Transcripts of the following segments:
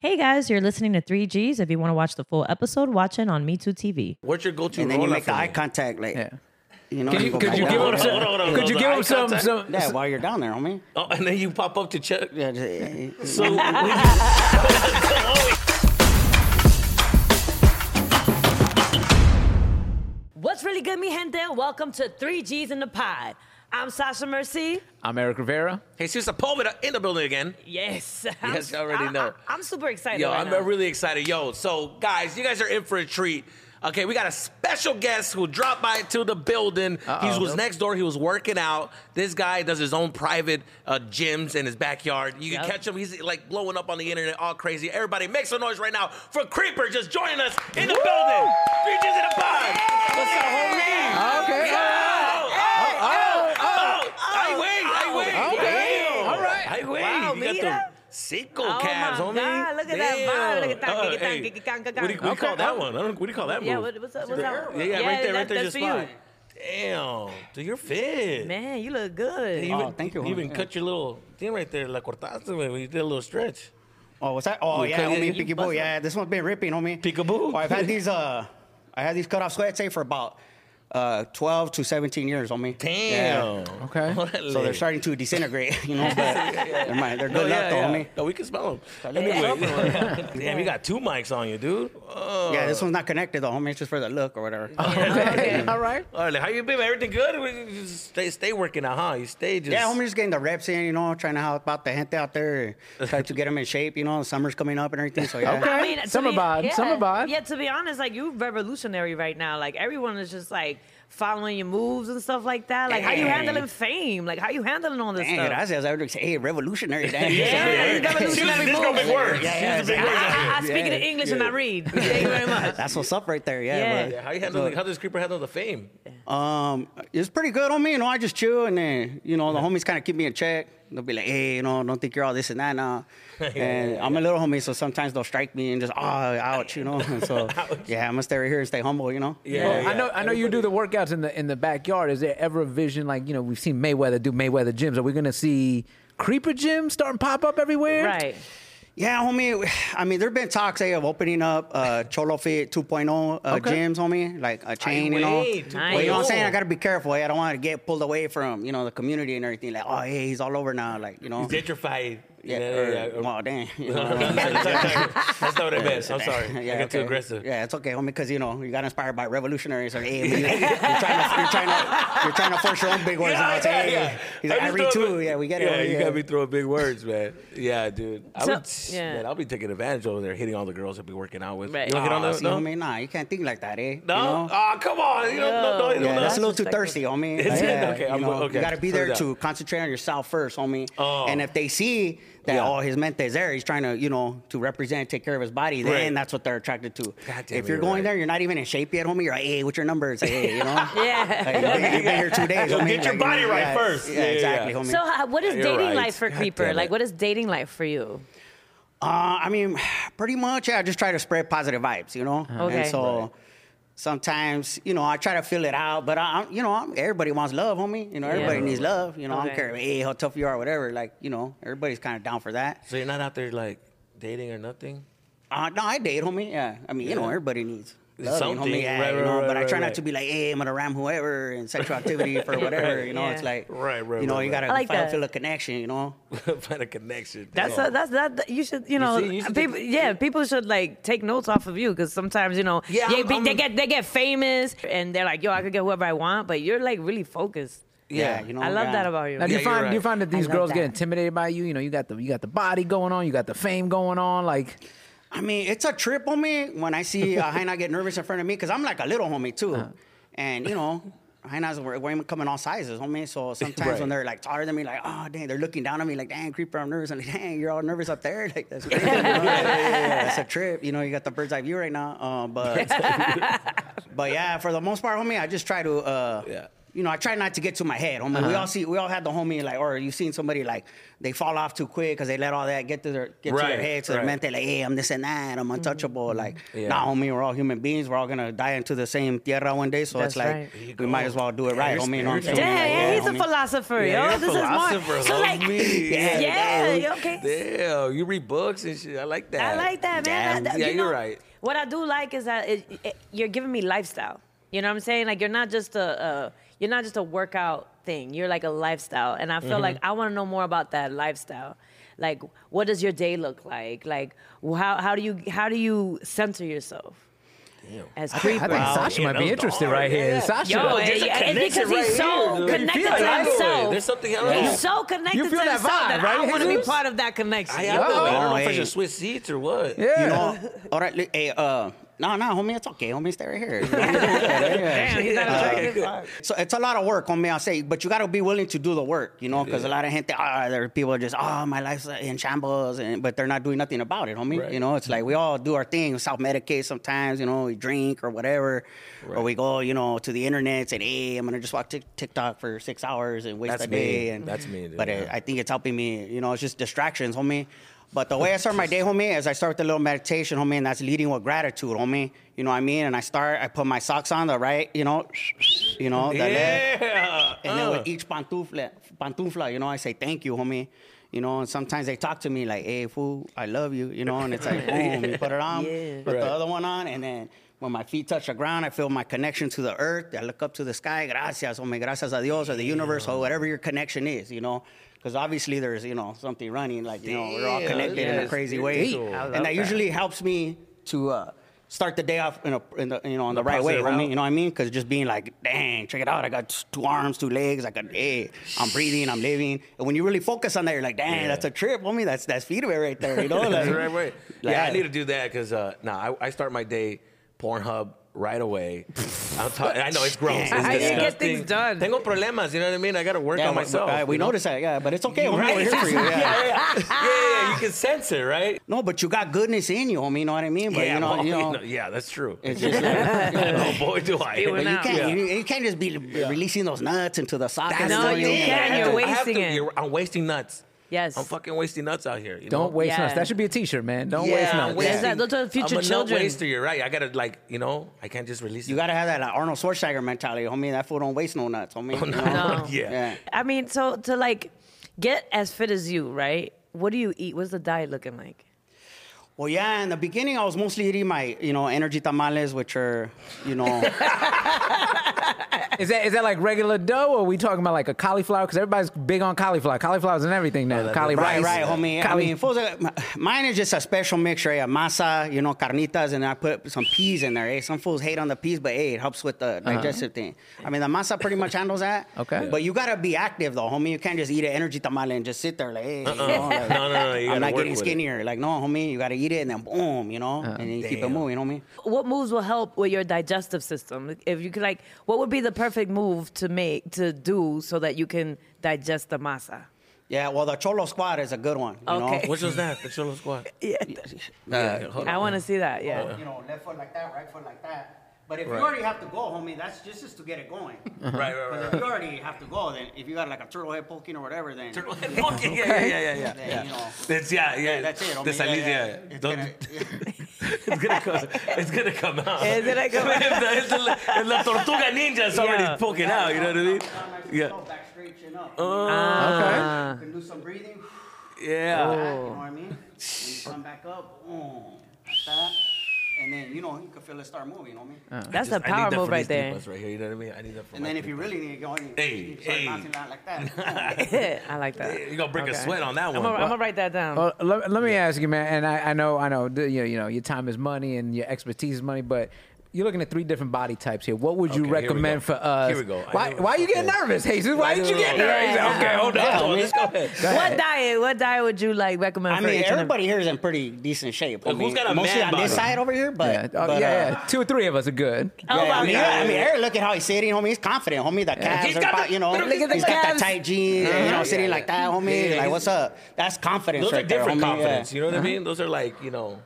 Hey guys, you're listening to 3Gs. If you want to watch the full episode, watch it on Me Too TV. What's your go-to and then you roll-up make for eye me? contact, like Yeah. you know. Could you, go could back you down. give him Hold on, hold some? on, Could you hold give on. him some? Eye some Yeah, while you're down there, homie. Oh, and then you pop up to check. Yeah, just- So, What's really good, mi gente? Welcome to 3Gs in the Pod. I'm Sasha Mercy. I'm Eric Rivera. Jesus Sepulveda in the building again. Yes. Yes, you already know. I, am super excited. Yo, right I'm now. really excited. Yo, so guys, you guys are in for a treat. Okay, we got a special guest who dropped by to the building. Uh-oh. He was next door. He was working out. This guy does his own private uh, gyms in his backyard. You can Yep. catch him. He's like blowing up on the internet, all crazy. Everybody, make some noise right now for Creeper just joining us in the building. Three G's in a pod. What's up, homie? Okay. Oh, oh, oh, oh, I wait, I wait. Okay. All right. I wait. Wow, you got mira. the Cinco Oh, calves, my homie. God, look at that vibe. Look at that, Damn. giggy tang, hey, giggy tang, giggy What do you, what do you Okay. call that one? I don't, what do you call that oh. Yeah, move? what, what's up? What's up? yeah, right there, that- right there, that's just for you. fine. Damn, dude, you're fit. Man, you look good. You Oh, even, thank you, You even homie. cut your little thing right there, la cortaste, man, when you did a little stretch. oh, what's that? Oh, yeah, couldn't- homie, you peekaboo. busted. Yeah, this one's been ripping, homie. Peekaboo. Oh, I've had these. Uh, I had these cut off sweats say for about uh 12 to 17 years, homie. Damn. Yeah. Okay. Órale. So they're starting to disintegrate, you know. But they're, mine. Oh, they're No, good luck, yeah, though, yeah. homie. No, we can smell them. Anyway, damn, you got two mics on you, dude. Oh. Yeah, Uh. this one's not connected, though, homie. It's just for the look or whatever. Oh, Okay. All right. Órale, how you been? man? Everything good? We you just stay, stay working out, huh? You stay just. Yeah, homie, just getting the reps in, you know, trying to help out the gente out there, try to get them in shape, you know. Summer's coming up and everything, so yeah. Okay. to Summer be- vibe, summer vibe. Yeah, to be honest, like you revolutionary right now. Like everyone is just like following your moves and stuff like that. Like how you Dang. handling fame? Like how you handling all this Dang, stuff? gracias. I would say, hey, revolutionary. Damn. Yeah, you got She was- this girl make words. Yeah, She yeah, was a big yeah. words out here. I, I speak it in English and I read. Thank you very much. That's what's up right there. Yeah. Yeah. bro. Yeah, how you handle how does Creeper handle the fame? Um, it's pretty good on me. You know, I just chill and then, you know, the homies kind of keep me in check. They'll be like, hey, you know, don't think you're all this and that now. and I'm a little homie, so sometimes they'll strike me and just, oh, ouch, you know. And so, yeah, I'm going to stay right here and stay humble, you know. Yeah, Well, I know. I know you do the workouts in the in the backyard. Is there ever a vision like you know we've seen Mayweather do Mayweather gyms? Are we gonna see Creeper gyms starting to pop up everywhere? Right. Yeah, homie. I mean, there have been talks eh, of opening up uh, Cholo Fit 2.0 uh, Okay. gyms, homie, like a chain, Ay, you know. wey, Well, you know what I'm saying? 2.0. I got to be careful. eh? I don't want to get pulled away from, you know, the community and everything. Like, oh, hey, he's all over now. Like, you know. Gentrified. Yeah, or, well, damn. you No, know. no, no, no, no, sorry. That's not what I meant. I'm sorry. I Yeah, got too okay. aggressive. Yeah, it's okay, homie, because you know you got inspired by revolutionaries. Or hey, you, are trying to, you're trying to, you're trying to force your own big words out. yeah, Hey, yeah. he's like, I, just read throw- too. Yeah, we get it. Yeah, homie, you got me throwing big words, man. Yeah, dude. I So- would, yeah. man, I'll be taking advantage over there, hitting all the girls I'll be working out with. Right. You don't hit on Aw, those, see, no? homie, nah, you can't think like that, eh? No? You know? Oh, come on. You don't, no, no, you Yeah, don't that's a know. little too thirsty, homie. Is it? Yeah, Okay, you, I'm know, go- okay, you gotta be put it there down. to concentrate on yourself first, homie. Oh. And if they see that Yeah. oh his mente's there, he's trying to you know to represent, take care of his body, then Right. that's what they're attracted to. God damn, if you're you're going right. there, you're not even in shape yet, homie. You're like, hey, what's your number? It's like, hey, you know. Yeah. Like, you've, been, you've been here two days. Yo, homie. get your Like, body yeah, right yeah, first. Yeah, Yeah, yeah, exactly, yeah. homie. So how- what is You're dating right. life for God Creeper? damn Like it. what is dating life for you? Uh, I mean, pretty much, yeah, I just try to spread positive vibes, you know? Okay. And so sometimes, you know, I try to fill it out, but I, I'm- you know, I'm, everybody wants love, homie. You know, everybody needs love. You know, I Okay. don't care, hey, how tough you are, whatever. Like, you know, everybody's kind of down for that. So you're not out there like dating or nothing? Uh, no, I date, homie. Yeah. I mean, you know, everybody needs. Love, Something. you know, homie, yeah, Right, you right, know, right, but I right, try right. not to be like, hey, I'm gonna ram whoever and sexual activity for whatever, you know. Yeah. It's like, Right, right, you know, right, right. you gotta I like find- that. feel a connection, you know. Find a connection. That's Yeah. a, that's that, that- you should you know see, you should people take- yeah people should like take notes off of you because sometimes you know Yeah, they, I'm- be- I'm- they get they get famous and they're like yo I could get whoever I want but you're like really focused. Yeah. you know. I love yeah. that about you. Now, do you Yeah, you're find do you right. find that these love girls get that. intimidated by you? You know, you got the you got the body going on, you got the fame going on. Like, I mean, it's a trip on me when I see uh, Haina get nervous in front of me because I'm like a little homie too, Uh-huh. and you know. Haina's we're, we're coming all sizes, homie. So sometimes Right. when they're like taller than me, like, oh dang, they're looking down on me like, dang, creeper, I'm nervous. I'm like, dang, you're all nervous up there. Like that's crazy. you know? That's a trip. You know, you got the bird's eye view right now. Uh, but but yeah, for the most part, homie, I just try to uh, Yeah. Uh-huh. you know, I try not to get to my head. Homie. We all see, we all had the homie like, or you've seen somebody like they fall off too quick because they let all that get to their get to Right, their head, to right. their mental. Like, hey, I'm this and that. I'm untouchable. Like, Yeah. nah, homie, we're all human beings. We're all gonna die into the same tierra one day. So That's it's like right. we might as well do it right, you're homie. You know what I'm spiritual. saying? Dang, Like, yeah, he's a homie. philosopher, Yeah, yo. you're a This is philosopher, smart. So like, homie. yeah, Yeah, okay. Damn, you read books and shit. I like that. I like that, man. Damn. That- that- yeah, you you're know, right. What I do like is that it, it- you're giving me lifestyle. You know what I'm saying? Like you're not just a uh, you're not just a workout thing. You're like a lifestyle, and I feel Mm-hmm. like I want to know more about that lifestyle. Like, what does your day look like? Like, how how do you how do you center yourself? As creeper. I think Wow. Sasha Yeah, might be that's interested hard. right Yeah, here. yeah. Sasha, Yo, There's it- a it's connection because he's right so here, dude. connected You feel to it. himself. There's something else. He's so connected You feel to that himself vibe, that I right, want to be Jesus? part of that connection. I, I, don't know. I don't know if I Hey. should switch seats or what. yeah. You know, all right, li- hey, uh, no, no, homie, it's okay, homie, stay right here. Damn, he's not Uh, attractive. So it's a lot of work, homie. I'll say, but you gotta be willing to do the work, you know, because a lot of gente, ah, there are people just, oh, my life's in shambles, and but they're not doing nothing about it, homie. Right. You know, it's like we all do our thing, self medicate sometimes, you know, we drink or whatever, or we go, you know, to the internet and hey, I'm gonna just watch Tik- TikTok for six hours and waste That's a me. day. And That's me, dude, But uh, yeah. I think it's helping me, you know, it's just distractions, homie. But the way I start my day, homie, is I start with a little meditation, homie, and that's leading with gratitude, homie. You know what I mean? And I start, I put my socks on, the right, you know, you know, the left. Yeah. And then Uh. with each pantufla, pantufla, you know, I say thank you, homie. You know, and sometimes they talk to me like, "Hey, fool, I love you," you know, and it's like, boom, you put it on, Yeah. put Right. the other one on, and then when my feet touch the ground, I feel my connection to the earth. I look up to the sky, gracias, homie, gracias a Dios, or the universe, or whatever your connection is, you know, because obviously there's, you know, something running, like you know, we're all Damn, connected in yes, a crazy dude. way, Deep. I love and that, that. usually helps me to. uh Start the day off in, a, in the you know on the, The right way, positive route. homie. You know what I mean? Because just being like, dang, check it out. I got t- two arms, two legs. I got, hey, I'm breathing, I'm living. And when you really focus on that, you're like, dang, Yeah. that's a trip, homie. That's that's feedback right there. You know, like, That's the right way. Like, yeah, I need to do that because uh, nah, I, I start my day Pornhub right away. I'm talking. I know it's gross. It's How do you get disgusting. things done? Tengo problemas. You know what I mean? I got to work yeah, on we- myself. uh, we you know? noticed that, yeah, but it's okay. Homie, Right? We're here for you. Yeah. yeah, yeah, yeah. yeah, You can sense it, right? No, but you got goodness in you, homie. You know what I mean? But yeah, you know, well, you know, yeah, that's true. it's just like, oh boy, do I! Spewing but you out. can't, Yeah. you, you can't just be releasing those nuts into the sock. and No, stuff, you know? can't. You're I have to- wasting it. you're- I'm wasting nuts. Yes. I'm fucking wasting nuts out here. you know? Don't waste Yeah. nuts. That should be a T-shirt, man. Don't Yeah, waste I'm nuts. There's wasting- that- those are future I'm a children. Nut waster. You're right. I gotta like, you know, I can't just release. You it. gotta have that like, Arnold Schwarzenegger mentality, homie. That fool don't waste no nuts, homie. you know? No. Oh, Yeah. I mean, so to like get as fit as you, right? What do you eat? What's the diet looking like? Well, yeah, in the beginning, I was mostly eating my, you know, energy tamales, which are, you know, Is that is that like regular dough, or are we talking about like a cauliflower? Because everybody's big on cauliflower. Cauliflower's and everything now. Cauli right, rice. right, homie. I Cauli- mean, fools, uh, m- mine is just a special mixture, yeah, masa, you know, carnitas, and I put some peas in there. eh? Some fools hate on the peas, but hey, it helps with the Uh-huh. digestive thing. I mean, the masa pretty much handles that. Okay. But you gotta be active though, homie. You can't just eat an energy tamale and just sit there like, hey, you know, like, Uh-uh. No, no, no. You gotta I'm not work getting with it. Uh-huh. skinnier. Like, no, homie, you gotta eat it and then boom, you know, and then you keep it Damn. moving, homie. What moves will help with your digestive system? If you could, like, what would be the perfect move to make to do so that you can digest the masa? Yeah, well, the cholo squad is a good one. You Okay. Know? Which was that? The Cholo Squad. Yeah, Yeah, hold I on. want to see that. Uh. Yeah. you know, left foot like that, right foot like that. But if Right. you already have to go, homie, that's just, just to get it going. Because Right, right, right, if right. you already have to go, then if you got like a turtle head poking or whatever, then Turtle head monkey. Yeah, yeah, yeah, yeah, yeah. Then, you know. That's yeah, yeah. that's it. Homie. The salis, yeah. It's Don't- gonna- It's gonna come. It's gonna come out. Is it like a- If the, if the, if the tortuga ninja is already Yeah. poking out, you know what I mean? Yeah. Yeah, Uh. Back straight, chin up. Uh, Okay. You can do some breathing. yeah. back, you know what I mean? When you come back up, boom, like that. And then, you know, you can feel it start moving, homie. Oh, That's a I need power that move for right these there. Lipas Right here, you know what I mean? I need that for and my then if you lipas. really need to go, you, Hey, you start hey. bouncing around like that. Boom. I like that. You're gonna break a sweat on that I'm one. gonna write that down. Well, Uh, Mm-hmm. let, let me ask you, man. And I, I know, I know, the- you know, you know, your time is money and your expertise is money, but. You're looking at three different body types here. What would you Okay, here we recommend go. for us? Here we go. I Why, know it. why you getting Okay. nervous, Jesus? Why did you get know. nervous? Yeah. Okay, hold on. Yeah, hold on. homie. Let's go ahead. what diet? What diet would you like recommend I for mean, each and every- everybody here is in pretty decent shape. Look, I who's mean, got a mostly man on this body? side over here, but Yeah. Oh, but, yeah, uh, yeah. Two or three of us are good. Oh yeah, I my mean, god! I mean, Eric, look at how he's sitting, homie. He's confident, homie. The calves He's are, got pop- the- you know, look at the he's got that calves. tight jeans, you know, Yeah, sitting yeah. like that, homie. Yeah, like, he's- what's up? That's confidence, Those right are different there, homie. confidence. Yeah. You know what I mean? Those are like you know.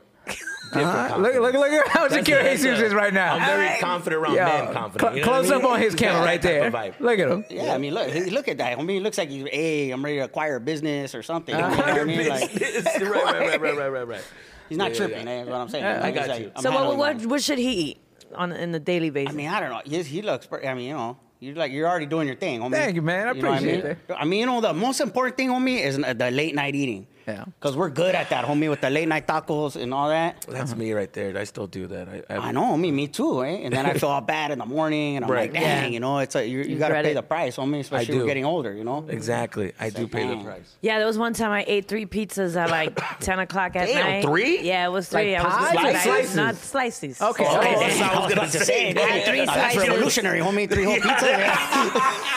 Uh-huh. Look, look, look at how That's secure a- that's Jesus a- is right now. I'm very confident around Yeah. man confident. Cl- you know what close I up mean? on his camera Yeah, right that there. type of vibe. Look at him. Yeah, I mean, look, he- look at that. I mean, it looks like he's, hey, I'm ready to acquire a business or something. You know what I Your mean? Like, business. right, right, right, right, right, right, right. he's not Yeah, yeah, tripping, yeah. eh, is what I'm saying. Yeah, I He's got like, you. I'm So what, handling what it. what should he eat on in the daily basis? I mean, I don't know. He, he looks. Pretty, I mean, you know, you're like you're already doing your thing, homie. Thank you, man. I know what appreciate I mean? I mean, you know, the most important thing, homie, is uh, the late night eating. Yeah. Cause we're good at that, homie, with the late night tacos and all that. That's me right there. I still do that. I, I, I know, homie, me too, eh? And then I feel all bad in the morning, and I'm Right. like, dang, Yeah. you know, it's a, you, you You got to dread pay it. the price, homie. Especially do. we're getting older, you know. Exactly. I do pay the man. price. yeah, there was one time I ate three pizzas at like ten o'clock at Damn, night. three? Yeah, it was three. I Like was pies or like, slices? not slices. Okay. Oh, Okay. that's what I was gonna say. Hey, three now that's slices. revolutionary, homie. Three whole pizzas. yeah.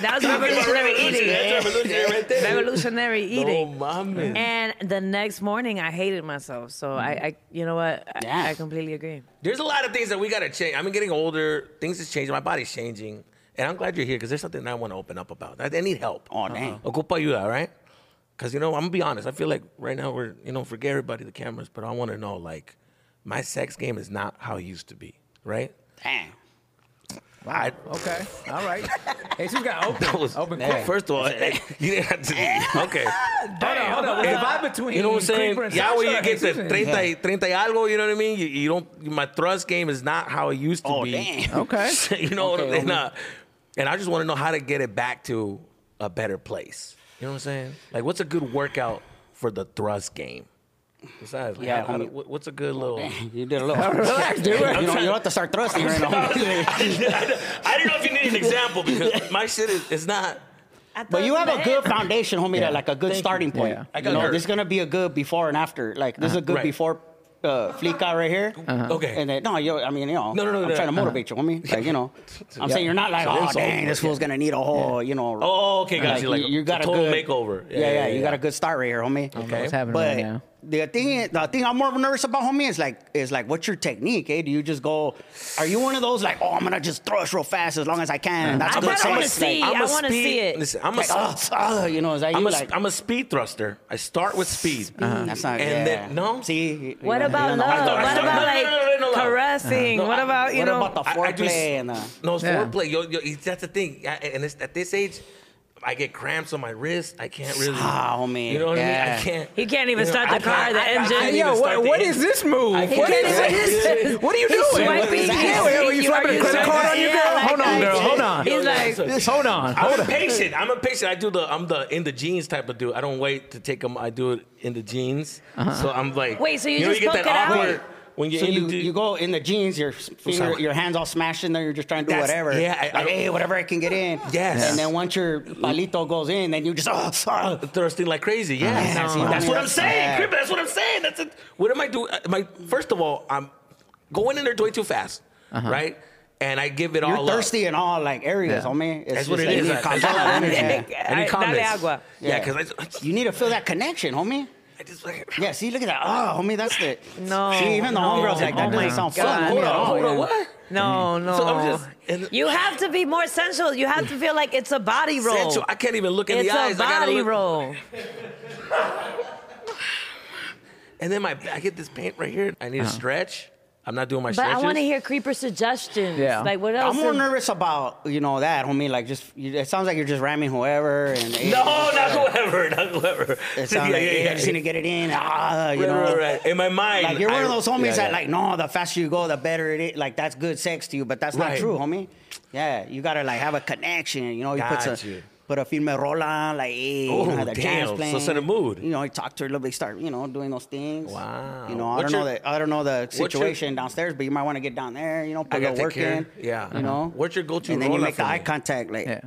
That was revolutionary eating. That's revolutionary right there. Revolutionary Oh, eating. my man. Mm-hmm. And the next morning, I hated myself. So I, I you know what? I, Yeah. I completely agree. There's a lot of things that we gotta change. I'm getting older. Things is changing. My body's changing, and I'm glad you're here because there's something that I want to open up about. I, I need help. Uh-huh. Oh, dang. Ocupa ayuda, right? Because you know, I'm gonna be honest. I feel like right now we're you know forget everybody the cameras, but I want to know like my sex game is not how it used to be, right? Dang. I, oh, Okay. All right. Jesus got open. that was open Well, quick. First of all, you didn't have to. Okay. Hold on, hold on. Was the vibe between You know what I'm saying? Creeper and Yeah, when Sasha you or get to Jesus? 30, 30 algo, you know what I mean? You, you don't, my thrust game is not how it used to Oh, be. damn. Okay. you know what I'm Okay, saying? Uh, and I just want to know how to get it back to a better place. You know what I'm saying? Like, what's a good workout for the thrust game? Besides, like, Yeah, how- how do- homie. what- what's a good little? You did a little. Relax, dude. You don't, you don't have to start thrusting right now. homie. I don't know if you need an example because my shit is it's not. I thought But you it was have a the end. good foundation, homie. Yeah. That like a good Thank you. starting point. Yeah. I You got know, hurt. this is gonna be a good before and after. Like this is a good Right. before uh, flica right here. Okay. Uh-huh. And then no, you. I mean, you know, No, no, no, I'm no, trying to no. motivate you, homie. Like you know, I'm saying you're not like, So oh it's dang, over. this fool's gonna need a whole, you know. Oh, okay, gotcha. Like, you, you got a total good makeover. Yeah yeah, you got a good start right here, homie. Okay. What's happening But right now? the thing, is- the thing I'm more nervous about, homie, is like, is like, what's your technique? Eh? Do you just go? Are you one of those like, oh, I'm gonna just thrust real fast as long as I can? Uh-huh. and That's I good kinda wanna sex? Like, see. I wanna see it. Listen, I'm a, Like, oh, oh, you know, is that you? I'm a, like, Uh-huh. am a speed thruster. I start with speed. That's And not. yeah. then- no? See. What you about love? don't know how to- thought- I What thought- about no, no, like no, no, no, no. caressing? what about you what know? about the I- I do foreplay s- and uh, No, it's Yeah. foreplay. Yo, yo, it's- that's the thing. I- and it's, at this age, I get cramps on my wrist. I can't really. Ah, homie, You know what I mean? yeah. I can't. He can't even start I the car, can't- the I- I can't engine. even Yo, start what, the what engine. is this move? I What can't is even- this? What are you He's doing? swiping. Yeah, wait, wait, you He's swiping a swiping. credit card on your girl? Yeah, Hold on, like, girl. like, Hold on. He's like- Hold on. Hold I'm on. impatient. I'm impatient. I do the. I'm the in the jeans type of dude. I don't wait to take them. I do it in the jeans. Uh-huh. So I'm like. Wait, so you know, just you get poke that it out? awkward when you're So in you, the jeans. you go in the jeans, your finger, sorry. your hands all smashed in there. You're just trying to do That's- whatever. yeah, I- I like, don't- hey, whatever I can get in. Yes. And then once your palito goes in, then you just oh, oh. thrusting like crazy. Yeah, Yeah, that's, see, that's homie, what I'm that's saying. bad. Crip, that's what I'm saying. That's it. What am I doing? Uh, My first of all, I'm going in there doing too fast, right? And I give it Uh-huh. you're all up. thirsty in all like areas, Yeah. homany. homie. It's That's what just it like, is. You I- need, I- control I- of I- energy. energy. Yeah. Any Dale comments? agua. Yeah, Yeah. because I, just- You need to feel that connection, homie. I just like. Yeah, see, look at that. Oh, homie, that's the. No, See, even the no. homegirls like that Oh my doesn't sound God. fun. homie, Hold at on, all. hold on. Yeah. What? No, no. So I'm just- and- you have to be more sensual. You have to feel like it's a body roll. Sensual. I can't even look in it's the eyes. a I gotta body look- roll. And then my I get this paint right here. I need Uh-huh. to stretch. I'm not doing my But I stretches. want to hear creeper suggestions. Yeah. Like what else? I'm more is- nervous about you know that, homie. Like just you, it sounds like you're just ramming whoever and No, not whoever, not whoever. It sounds like yeah, I just need to get it in. Ah, you Right, know. right, right. In my mind, Like you're one I- of those homies yeah, that yeah. like no, the faster you go, the better it is. Like that's good sex to you, but that's Right. not true, homie. Yeah, you gotta like have a connection. You know, you put Got some. you. Put a firme roll on, like, hey, you Ooh, know, have the damn. jams So playing. set a mood. You know, you talk to her a little bit, start, you know, doing those things. Wow. You know, I What's don't know your- the, I don't know the your- situation downstairs, but you might want to get down there, you know, put I a gotta little take work care. in. Yeah. Uh-huh. You know, What's your go-to And then you roll-up make the for eye me? contact, like, Yeah.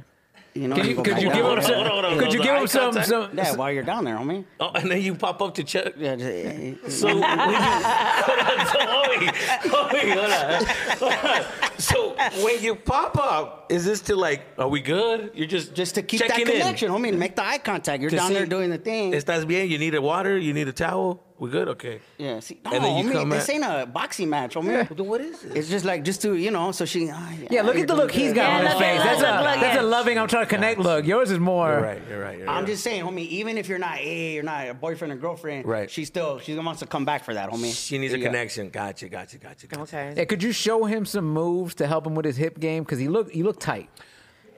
you know, Could you, go could back you down. give him Hold on, some? hold on, hold on, Could you hold give on. him some? Eye some Yeah, while you're down there, homie. Oh, and then you pop up to check. Yeah, just- So, when you, so, Obi, Obi, hold on. Hold on. so when you pop up, is this to like, are we good? You're just just to keep checking that connection, homie. Make the eye contact. You're In. down To there see, doing the thing. Estás bien? You need a water? You need a towel? We good? Okay. Yeah, see, no, And then you homie, come this at- ain't a boxing match, homie. Then what is it? It's just like just to you know. So she. ah, Yeah, look you're at the doing look he's good. got Yeah, on his look, face. look, That's look, a look, that's yeah. a loving. I'm trying to connect. Look, yours is more. You're right. You're right. You're I'm right. just saying, homie. Even if you're not, hey, you're not a boyfriend or girlfriend. Right. She still she wants to come back for that, homie. She needs a Yeah. connection. Gotcha. Gotcha. Gotcha. gotcha. Okay. Yeah, could you show him some moves to help him with his hip game? Because he look you look tight.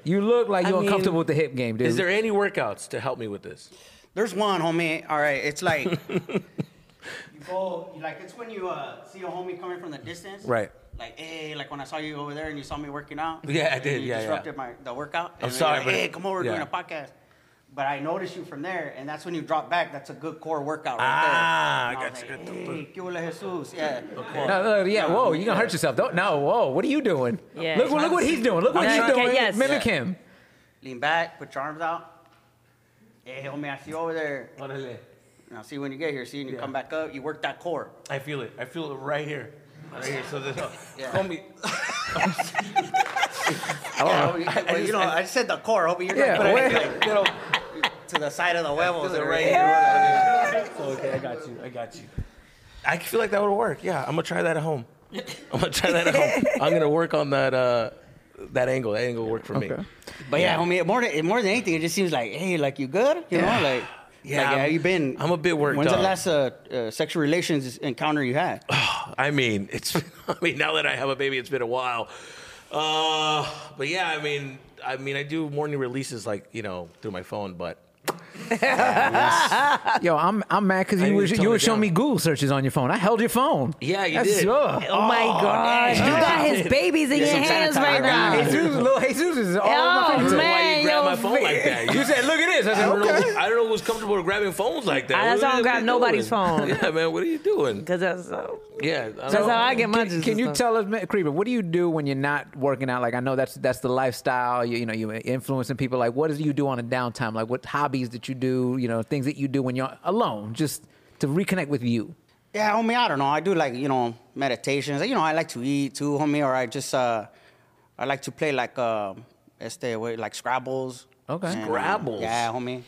You look like I you're mean, uncomfortable with the hip game, dude. Is there any workouts to help me with this? There's one, homie. All right, it's like you go, you like it's when you uh, see a homie coming from the distance, Right. Like, hey, like when I saw you over there and you saw me working out. Yeah, I and did. You Yeah, yeah. disrupted my the workout. and then you're sorry, like, but- hey, come over, we're doing yeah. a podcast. But I noticed you from there, and that's when you drop back. That's a good core workout right Ah, there. And I gotcha, was good. Like, hey, que huele, Jesus. Yeah. Okay. No, no, Uh, yeah, whoa, you're gonna hurt yourself. Don't, no, whoa, what are you doing? Yeah. Look, look what he's doing. Look what Yeah, he's okay, doing. yes. Mimic Yeah. him. Lean back, put your arms out. Hey, homie, I see you over there. And I'll see you when you get here. See, and you come back up, you work that core. I feel it. I feel it right here. Right here. So this, Yeah. call me. Oh, well, you know, I said the core. Homie, you're Yeah, not gonna wait. like, you know, to the side of the huevos. They're or right anything. here. Okay, I got you. I got you. I feel like that would work. Yeah, I'm gonna try that at home. I'm gonna try that at home. I'm gonna work on that. Uh, that angle. That angle worked for me. But yeah, homie, more than more than anything, it just seems like, hey, like you good? You Yeah. know, like. Yeah, like, I'm- have you been? I'm a bit worked When's up. the last uh, uh, sexual relations encounter you had? I mean, it's. I mean, now that I have a baby, it's been a while. Uh, but yeah, I mean, I mean, I do morning releases like you know through my phone, but Yo, I'm I'm mad because I you need were to you tone were it showing down. me Google searches on your phone. I held your phone. yeah, you That's- did. ugh. Oh my gosh, you got his babies in your some hands sanitizer. right now. Jesus, little Jesus is all Oh, over my man. fingertips. Why you grab yo, my phone like that? You said, look at this. I I said, don't, okay. know, I don't know who's comfortable with grabbing phones like that. Ah, that's What why I don't are grab you nobody's doing? phone. Yeah, man, what are you doing? Because that's uh, Yeah, I That's don't- how I get my Can, juices can you done. tell us, Ma- Creeper, what do you do when you're not working out? Like, I know that's that's the lifestyle. You, you know, you're influencing people. Like, what do you do on a downtime? Like, what hobbies that you do? You know, things that you do when you're alone, just to reconnect with you. Yeah, homie, I don't know. I do like, you know, meditations. You know, I like to eat too, homie, or I just uh I like to play like um este what, like Scrabbles. Okay. And, um, Scrabbles? Yeah, homie.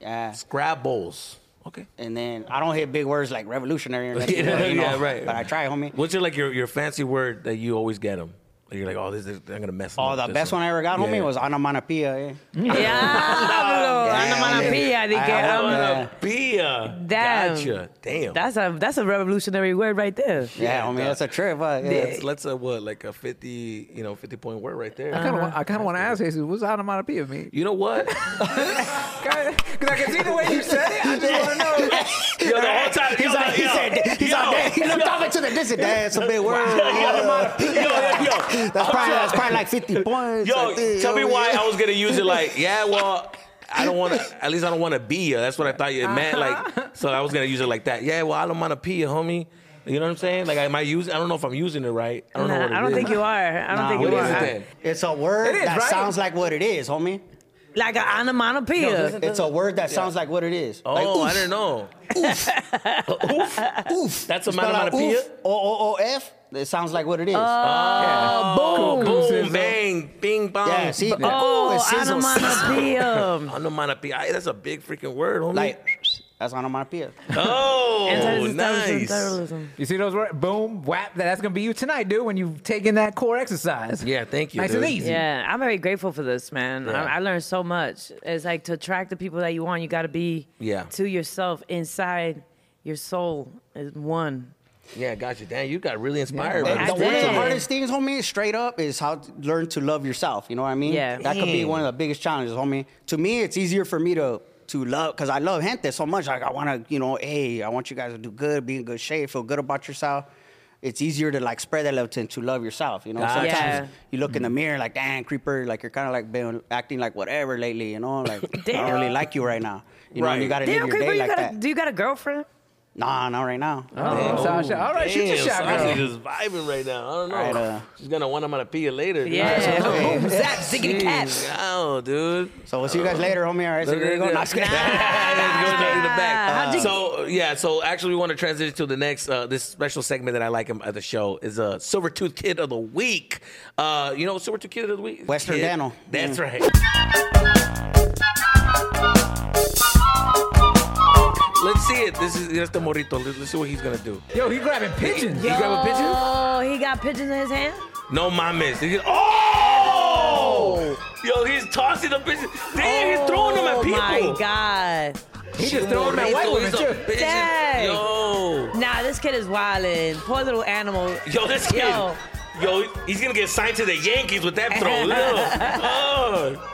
Yeah. Scrabbles. Okay. And then I don't hit big words like revolutionary or Yeah, nothing. you know, yeah, right. But I try, homie. What's your like your, your fancy word that you always get them? You're like, oh, this is, I'm gonna mess. 'em Oh, up, the this best one I ever got, Yeah, homie, yeah. was onomatopoeia. Eh? Diablo, Oh, onomatopoeia, I- de que, um, I- Yeah. Onomatopoeia. Damn. Gotcha. Damn. That's a that's a revolutionary word right there. Yeah, homie, duh. that's a trip. Huh? Yeah. That's- let's uh, what like a fifty, you know, fifty point word right Uh-huh. there. I kind of I kind of want to ask Jesus, what's onomatopoeia mean? You know what? Because I can see the way you said it. I just want to know. Yo, the whole time He's yo, like, he yo, said, he's yo, out there. He looked yo, off into the distance. That's a big word. Yo, yo, yo. That's probably, that's probably like 50 points. Yo, I think, tell me homie. why I was gonna use it like, yeah, well, I don't want to. At least I don't want to be you. That's what I thought you meant. Uh-huh. Like, so I was gonna use it like that. Yeah, well, I don't want to pee, homie. You know what I'm saying? Like, am I using? I don't know if I'm using it right. I don't know. Nah, What it I don't is. think you are. I don't Nah, think What you is are. it then? It's a word It is, that right? sounds like what it is, homie. Like an onomatopoeia. It's a word that sounds like what it is. Oh, I like, don't know. oof, oof. That's a You spell out onomatopoeia? oof, O O O F. It sounds like what it is. Uh, Uh, boom. Cool. Boom, bang, bing, bong. uh, yeah, see, Oh, it's sizzle. Oh, onomatopoeia. Onomatopoeia. Ay, That's a big freaking word, homie. like that's onomatopoeia. oh, Anti-terrorism, nice. terrorism. You see those words? Boom, whap. That's gonna be you tonight, dude. When you've taken that core exercise. Yeah, thank you. Nice dude. and easy. Yeah, I'm very grateful for this, man. Yeah. I, I learned so much. It's like to attract the people that you want, you got to be Yeah. to yourself inside your soul is one. Yeah, gotcha. Damn, you got really inspired. Yeah. by this. And the- one of the did. hardest things, homie, straight up, is how to learn to love yourself. You know what I mean? Yeah. That could be Mm. one of the biggest challenges, homie. To me, it's easier for me to to love because I love gente so much. Like I want to, you know, hey, I want you guys to do good, be in good shape, feel good about yourself. It's easier to like spread that love to, to love yourself. You know, Gotcha. sometimes Yeah. you look in the mirror like, dang, creeper, like you're kind of like been acting like whatever lately. You know, like I don't Damn. really like you right now. You know, Right. and you got to live Damn, your creeper, day you like got a, that. do you got a girlfriend? nah, not right now. Oh, Sasha. All right, shoot your Damn, shot, Sasha's girl. just vibing right now. I don't know. Right, uh, She's gonna want him on a pee later. dude. Yeah. okay. Boom, zap, ziggity cat. Wow, dude. So we'll see you guys later, homie. All right, so there you go. No, I'm just kidding. Let's go down to the back. Ah, How'd you- so yeah, so actually we want to transition to the next uh, this special segment that I like at the show is a uh, Silver Tooth Kid of the Week. Uh, you know Silver Tooth Kid of the Week? Western Kid. Dental. That's Mm. right. Let's Let's see it. This is that's the Morito. Let's, let's see what he's gonna do. Yo, he grabbing pigeons. Yo. grab a pigeon? Oh, he got pigeons in his hand? No mames. He- Oh! Yo, he's tossing the pigeons. Damn, he's throwing them at Oh people. my God. He just throwing them at white Morito, women he's a too. pigeon. Dang. Yo, Nah, this kid is wildin'. Poor little animal. yo, this kid. Yo. Yo. he's gonna get signed to the Yankees with that throw. Look. Oh.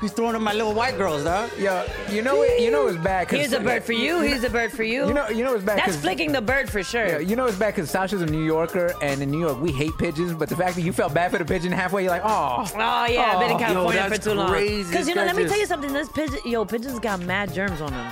He's throwing at my little white girls, dog. Yo, you know it. You know it's bad. 'cause- Here's a bird for you. Here's a bird for you. You know, you know it's bad. That's 'cause- flicking the bird for Yeah, sure. you know it's bad because Sasha's a New Yorker, and in New York we hate pigeons. But the fact that you felt bad for the pigeon halfway, you're like, oh, Oh yeah, I've been Oh, in California yo, for that's too long. crazy. Because you know, This let me guy's tell you just- something. This pigeon, yo, pigeons got mad germs on them.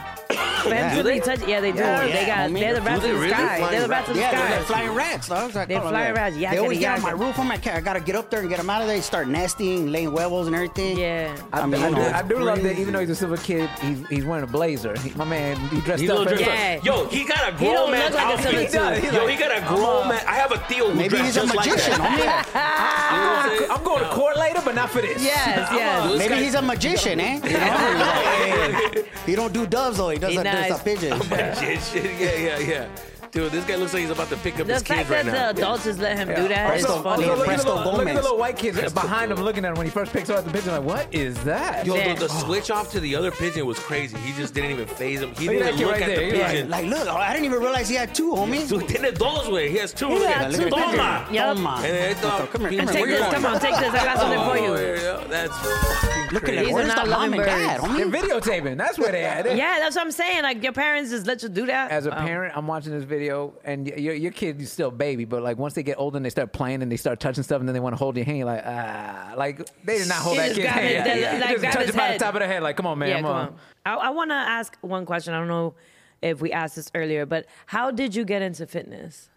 For him to Do be they? touch- yeah, they do. Yeah, they yeah, got. homie. They're the Do rats they of the really? sky. Flying They're the rats of the Yeah, they're sky. like flying rats, dog. I They call them flying that. rats, They yakety, always get on my yakety. roof. I'm like, I gotta get up there and get them out of there. You start nastying, laying huevos and everything. Yeah. I, I mean, I do, that's I do love that. crazy. Even though he's a silver kid, he's, he's wearing a blazer. He- my man, he dressed He's a up. little dressed every- Yeah. up. Yo, he got a don't grown look man like a outfit. silly dude. Yo, he got a grown man. I have a Theo who Maybe dressed he's a just magician. like that. homie. You know what I'm saying? I'm going to court later, but not for this. Yes, yes. This Maybe guy- he's a magician, eh? You know? He don't do doves though. He does He a, does nice. a pigeon. Magician. Yeah, yeah, yeah. Dude, this guy looks like he's about to pick up The his fact kids right that now. the adults just let him do that is Also- funny. also look, at the Presto little, look at Gomez. the little white kids Presto behind him Gomez. looking at him when he first picks up the pigeon. Like, what is that? Yo, the, Yeah. the switch off to the other pigeon was crazy. He just didn't even phase him. He Look at didn't that kid look right at there. the He like- pigeon. Like, look, I didn't even realize he had two, homie. Dude, tiene dos, güey. He has two. Look got at two pigeons. that. Toma. Yep. Toma. And then I thought, come here, and come Take here. Where this. you Come going? on, take this. I got something for Oh, you. yeah, That's fucking Look at crazy. that. These are Where's the not mom and lovebirds. dad, They're homie? videotaping. That's where they at. Yeah, that's what I'm saying. Like your parents just let you do that. As a Um, parent, I'm watching this video, and y- your your kid is still a baby, but like once they get older and they start playing and they start touching stuff, and then they want to hold your hand, you're like ah, like they did not hold He that just kid's grabbed his- hand. Yeah, yeah. like, He just grabbed touched his him by the head. top of the head, like come on, man, Yeah, come on. I, I want to ask one question. I don't know if we asked this earlier, but how did you get into fitness?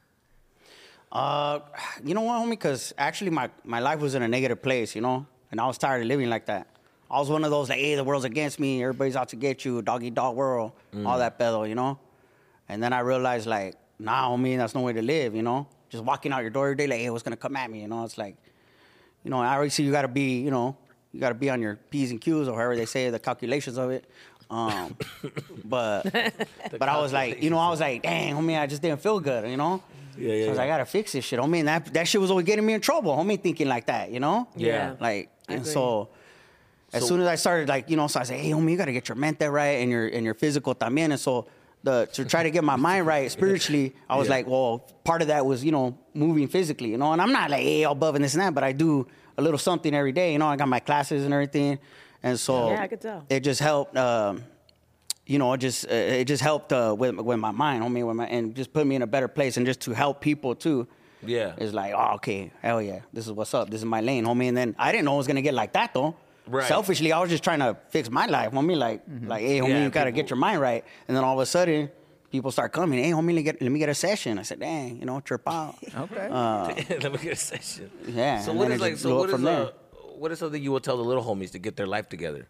Uh, you know what, homie? Because actually, my, my life was in a negative place, you know? And I was tired of living like that. I was one of those, like, hey, the world's against me. Everybody's out to get you. Dog eat dog world. Mm. All that pedo, you know? And then I realized, like, nah, homie, that's no way to live, you know? Just walking out your door every day, like, hey, what's going to come at me? You know, it's like, you know, I already see you got to be, you know, you got to be on your P's and Q's or however they say the calculations of it. Um, but but I was like, you know, I was like, dang, homie, I just didn't feel good, you know. Yeah, yeah, So I was yeah. like, I gotta fix this shit, homie. And that that shit was always getting me in trouble, homie. Thinking like that, you know. Yeah. Like, and agree. so. As So- soon as I started, like you know, so I said, "Hey, homie, you gotta get your mente right and your and your physical también." And so, the to try to get my mind right spiritually, I was Yeah. like, "Well, part of that was you know moving physically, you know." And I'm not like hey, all above and this and that, but I do a little something every day, you know. I got my classes and everything, and so Yeah, I could tell. it just helped. Um, you know, it just uh, it just helped uh, with with my mind, homie, with my, and just put me in a better place, and just to help people too. Yeah. it's like, oh, okay, hell yeah, this is what's up, this is my lane, homie. And then I didn't know it was gonna get like that though. Right. Selfishly, I was just trying to fix my life, homie. Like, like, hey, homie, Yeah, you gotta people- get your mind right. And then all of a sudden, people start coming. Hey, homie, let me get, let me get a session. I said, dang, you know, trip out. Okay. Let me get a session. Yeah, So and what then is it like? just So blew up what is from uh, what is something you would tell the little homies to get their life together?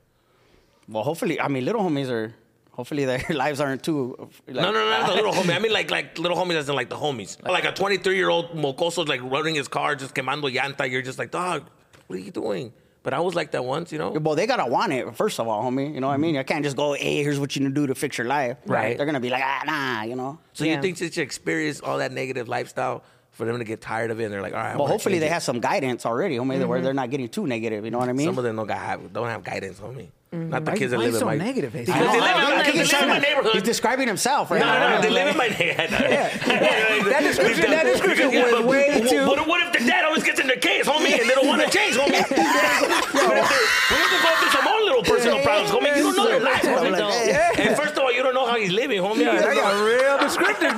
Well, hopefully, I mean, little homies are. Hopefully, their lives aren't too. Like, no, no, no, not the little homie. I mean, like, like little homies as in like the homies. Like a 23 year old mocoso, like running his car, just quemando llanta. You're just like, dog, what are you doing? But I was like that once, you know. Well, they gotta want it first of all, homie. You know what I mean? I can't just go, hey, here's what you need to do to fix your life. Mm-hmm. Right. They're gonna be like, ah, nah, you know. So you Yeah. think since you experience all that negative lifestyle, for them to get tired of it, and they're like, all right. I But wanna hopefully, change they it. Mm-hmm. have some guidance already, homie, where they're not getting too negative. You know what I mean? Some of them don't got don't have guidance on me. Not the Why- kids that why live you in so my negative, Ace? Because they live I don't in know. my- I think because he's they live in my trying to- He's neighborhood. describing himself right No, now. no, no, they I'm live in like, my head. That description- that description was way too- What, what if the dad always gets in the case, homie, and they don't want to change, homie? what if they what if they go through some own little personal problems, homie? You don't know their life, I'm homie. like, Don't. hey. And first of all, you don't know how he's living, homie. I got real descriptive,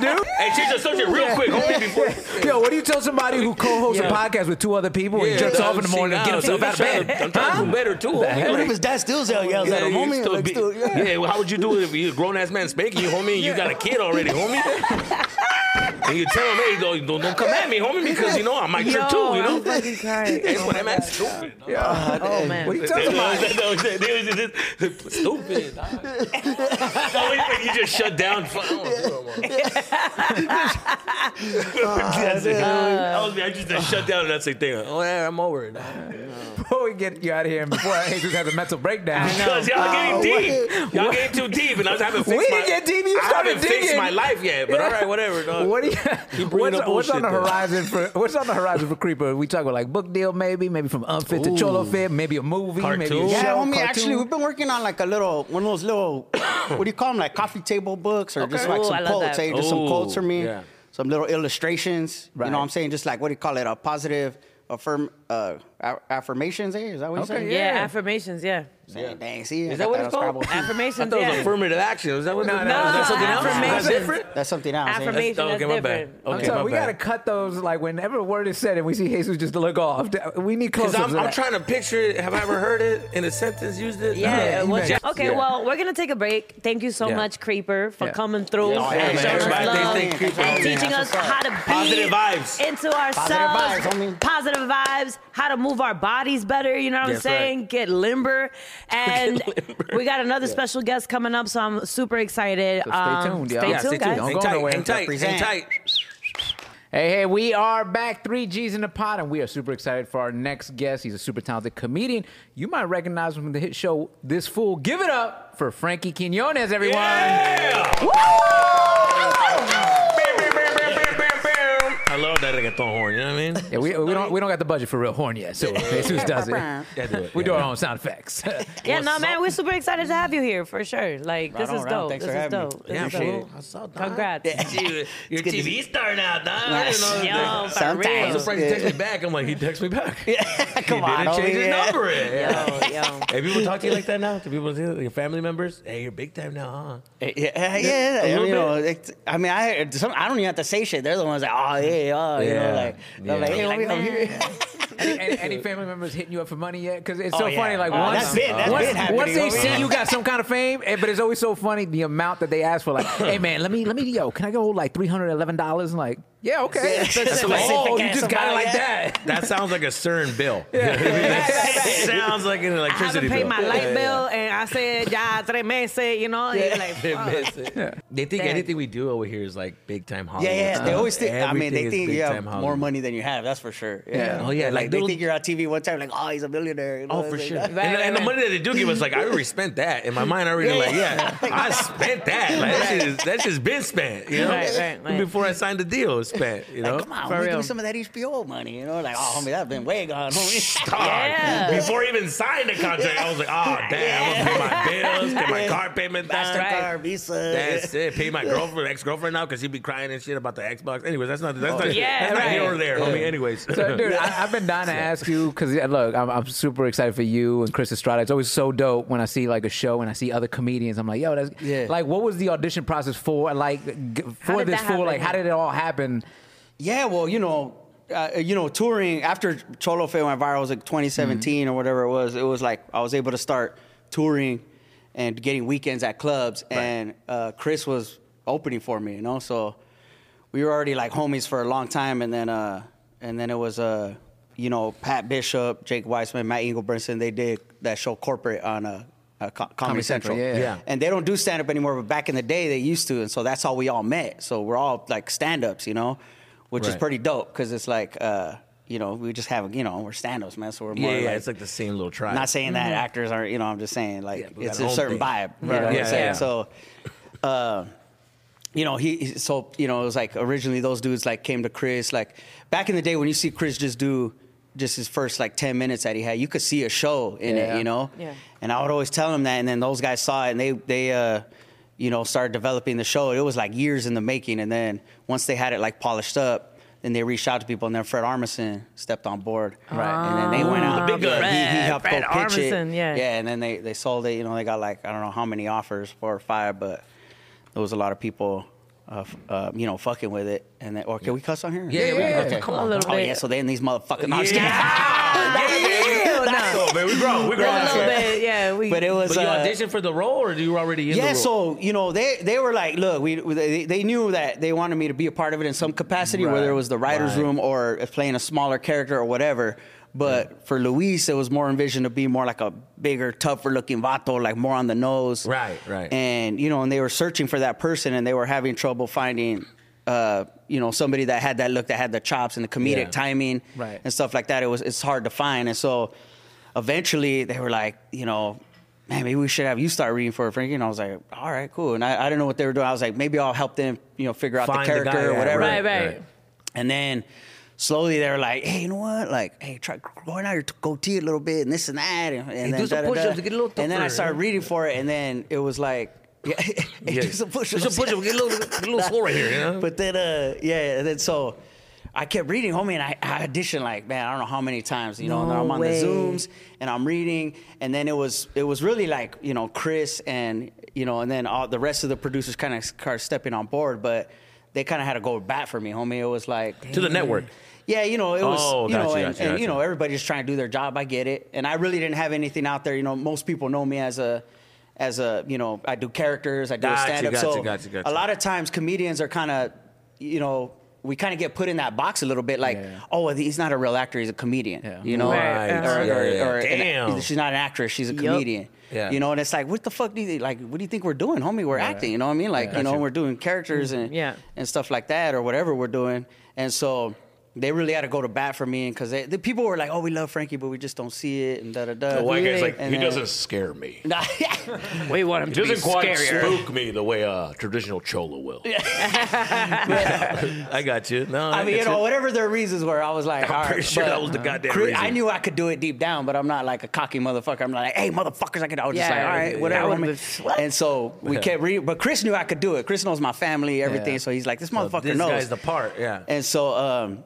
dude. Hey, change the subject real quick, homie. Before Yo, what do you tell somebody who co-hosts a podcast with two other people and jerks off in the morning to get himself out of bed? I'm trying to do better too. homie. What if his dad still yells at him, you homie? still Like, be- still- yeah. well, how would you do it if you a grown ass man spanking you, homie, and you got a kid already, homie? and you tell him, hey, don't, don't, don't come at me, homie, because you know I might trip too, you I'm know? fucking crying. That's what I'm at. Stupid. uh, Oh man. What do you tell They somebody? was- they was- they was just- Stupid. dog. Always when you just shut down. fuck, I don't wanna do no more. That's it. That was me. I just shut down and that's the thing. Oh yeah, I'm over it. Before we get you out of here and before Jesus has a mental breakdown. Because y'all getting deep. Y'all getting too deep, and I haven't fixed We my. didn't get deep, you I started haven't fixed digging. my life yet, but all right, whatever. Dog. What do you, Keep bringing what's, up what's bullshit, on the though. horizon for what's on the horizon for Creeper? We talk about like book deal, maybe, maybe from Unfit to Cholo Fit, maybe a movie, maybe a Cartoon. show, Yeah, homie. cartoon. Actually, we've been working on like a little one of those little what do you call them? Like coffee table books or just Okay. like Ooh, I some love quotes. that. Hey, just some Ooh, quotes for me. yeah. Some little illustrations. You Right. know what I'm saying? Just like what do you call it? A positive affirm uh, a- affirmations. Eh? Is that what you Okay, say? Yeah, Yeah. affirmations. Yeah, Yeah. Dang, see, I Is got that what it's on called? Scrabble. I affirmations. thought it was yeah. affirmative action. Is that what? No, it- no, is that no, something else? affirmations. Is that different? That's something else. eh? Affirmation. That's- okay, that's my bad. different. I'm Okay, sorry, my we bad. gotta cut those like whenever a word is said and we see Jesus just to look off. We need close Because I'm, I'm trying to picture it. Have I ever heard it in a sentence? Used it? Yeah. Yeah, well, you bet. okay. Yeah. Well, we're gonna take a break. Thank you so Yeah. much, Creeper, for Yeah. coming through Yeah, and man. showing us Everybody love thank Creeper. and teaching us That's what's up. how to be Positive vibes. into ourselves. vibes, homie. Positive vibes, How to move our bodies better. You know what I'm That's right. saying? Get limber. And limber. we got another special guest coming up, so I'm super excited. Um, So stay tuned, y'all. Stay tuned, Yeah, stay tuned. guys. Don't Hang go tight. nowhere. Hang tight. Hang Represent. tight. Hey, hey, we are back, three G's in the pot, and we are super excited for our next guest. He's a super talented comedian. You might recognize him from the hit show This Fool. Give it up for Frankie Quinones, everyone. Yeah. Woo! I love that reggaeton horn. You know what I mean? Yeah, we, we don't we don't got the budget for real horn yet, so Jesus does it. Yeah, do it. We Yeah. do our own sound effects. Yeah, no, man, we're super excited to have you here for sure. Like, this on, is right on. dope. Thanks this for is having me. dope. Yeah, this is appreciate it. dope. I saw, dog. Congrats. Dude, You're a good to TV star now, dog. I didn't know Yo, that. for Sometimes. I'm real. surprised he texted me back. I'm like, he texted me back. Come he on, didn't change homie, his yeah. number. Yeah. Yo, yo. Hey, people talk to you like that now? Do people, your family members? Hey, you're big time now, huh? Yeah, yeah, yeah. I little mean, you know, bit. it's, I mean, I some, I don't even have to say shit. They're the ones like, oh yeah, oh, you Yeah, know, like yeah. they're like, hey, Like, homie, I'm here. man. any, any- any family members hitting you up for money yet? Because it's Oh, so yeah. funny. Like Oh, once, that's been- that's once, been happening once they over see here. you got some kind of fame, eh, but it's always so funny the amount that they ask for. Like, hey man, let me let me yo, can I go like three hundred eleven dollars? And like, yeah, okay. Yeah. That's Specific like, oh, you ass just got it amount, like yeah. that. That sounds like a CERN bill. that sounds like I an haven't electricity paid bill. my light bill, and I said, ya tres meses, you know? And you're like, fuck. They think Dang. anything we do over here is like big time Hollywood. Yeah, yeah. They stuff. always think. I mean, Everything they is think big you time have more Hollywood. money than you have. That's for sure. Yeah. Oh, yeah, Like, like they little- think you're on TV one time, like, oh, he's a millionaire. you know, Oh, it's for like, sure. uh, and, and the right. money that they do give us, like, I already spent that. In my mind, I already, like, yeah, I spent that. Like, that shit is, that shit's been spent, you know? Right, right, right. Before I signed the deal, it was spent, you know? Like, come on, For homie, give real. me some of that HBO money. You know, like, oh, homie, that's been way gone, homie. Dog, Yeah. Before I even signed the contract, I was like, oh, damn, I'm going to pay my bills, get my car payment down. right. Mastercard, Visa. That's it. Pay my girlfriend, ex girlfriend now, because she be crying and shit about the Xbox. Anyways, that's not that's not, Oh, Yeah, that's not right. here or there, homie. Anyways, So, dude, I, I've been dying to ask you because look, I'm, I'm super excited for you and Chris Estrada. It's always so dope when I see like a show and I see other comedians. I'm like, yo, that's Yeah. like, what was the audition process for? Like, g- for did this that fool? happen? Like, how did it all happen? Yeah, well, you know, uh, you know, touring after Cholo Fe went viral it Mm-hmm. was like 2017 or whatever it was. It was like I was able to start touring and getting weekends at clubs, and uh, Chris was opening for me, you know. So we were already like homies for a long time, and then uh, and then it was uh, you know, Pat Bishop, Jake Weissman, Matt Engelbrinson. They did that show Corporate on uh, uh, Co- Comedy, Comedy Central, Central, yeah, yeah. Yeah. and they don't do stand up anymore. But back in the day, they used to, and so that's how we all met. So we're all like stand ups, you know, which is Right. pretty dope because it's like, uh, you know, we just have, you know, we're stand ups, man. So we're more yeah, like, yeah, it's like the same little tribe. not saying that actors aren't, you know, I'm just saying like Yeah, we it's got our a own certain thing. vibe, you Right. know what Yeah, I'm saying? yeah. So, uh, you know, he he- so you know it was like originally those dudes like came to Chris like back in the day when you see Chris just do just his first like ten minutes that he had, you could see a show in Yeah. it, you know. Yeah. And I would always tell him that, and then those guys saw it, and they they uh, you know started developing the show. It was like years in the making, and then once they had it like polished up, then they reached out to people, and then Fred Armisen stepped on board, right? And then they went out. the big he, guns. he helped Fred go pitch Armisen, it. yeah. yeah, and then they, they sold it. You know, they got like I don't know how many offers, four or five, but there was a lot of people, uh, f- uh, you know, fucking with it. And then, or can we cuss on here? Yeah, yeah, we Yeah. can okay. come A on. little Oh bit. yeah, so then these motherfuckers. No, I'm just kidding. Yeah, yeah, yeah. no. So, man, we grown. We grown. A little bit, yeah. We, But it was. But you uh, auditioned for the role, or you were already in yeah, the role? so you know they they were like, look, we they, they knew that they wanted me to be a part of it in some capacity, whether it was the writers' Right. room or playing a smaller character or whatever. But for Luis, it was more envisioned to be more like a bigger, tougher looking vato, like more on the nose. Right, right. And you know, and they were searching for that person, and they were having trouble finding uh, you know, somebody that had that look, that had the chops and the comedic Yeah. timing Right. and stuff like that. It was it's hard to find, and so eventually they were like, you know, man, maybe we should have you start reading for it, Frankie. And I was like, all right, cool. And I, I didn't know what they were doing. I was like, maybe I'll help them, you know, figure out the Find the character guy, or yeah, whatever. Right, right. right. And then slowly they were like, hey, you know what? Like, hey, try growing out your t- goatee a little bit and this and that. And, and then do some da-da-da. push-ups to get a little And then I tougher. started reading for it, and then it was like, yeah, hey, do some push-ups. Do some push-ups. Get a little, get a little sore right here. You know? But then, uh, yeah, and then so I kept reading, homie, and I, I auditioned like, man, I don't know how many times, you know. and then No I'm on way. the Zooms and I'm reading, and then it was it was really like you know Chris and you know, and then all the rest of the producers kind of started stepping on board, but they kind of had to go back for me, homie. It was like to the network. yeah, you know, it was, Oh, you know, gotcha, and, gotcha, and, gotcha. you know, everybody's trying to do their job. I get it. And I really didn't have anything out there. You know, most people know me as a, as a, you know, I do characters, I do Gotcha, stand up. gotcha, so gotcha, gotcha. a lot of times comedians are kind of, you know, we kind of get put in that box a little bit like, Yeah. oh, well, he's not a real actor, he's a comedian. Yeah. You know, Right, or, yeah. or- yeah, yeah. or an- Damn. she's not an actress, she's a Yup. comedian. Yeah. You know, and it's like, what the fuck do you like? What do you think we're doing, homie? We're acting. You know what I mean? Like, you know, Gotcha. we're doing characters and Yeah. and stuff like that or whatever we're doing. And so they really had to go to bat for me because the people were like, "Oh, we love Frankie, but we just don't see it," and da da da. The white guy's like, uh, And he then- doesn't scare me. Nah, We want him to be doesn't quite scarier. spook me the way a traditional cholo will. I got you. No, I mean, you get know, whatever their reasons were, I was like, I'm all right, pretty sure but that was the goddamn Chris- I reason. knew I could do it deep down, but I'm not like a cocky motherfucker. I'm not like, hey, motherfuckers, I could. I was just Yeah, like, all yeah, right, whatever. yeah. homie." And so we kept reading, but Chris knew I could do it. Chris knows my family, everything. Yeah. So he's like, this motherfucker this knows. guy's the part. Yeah. And so, um,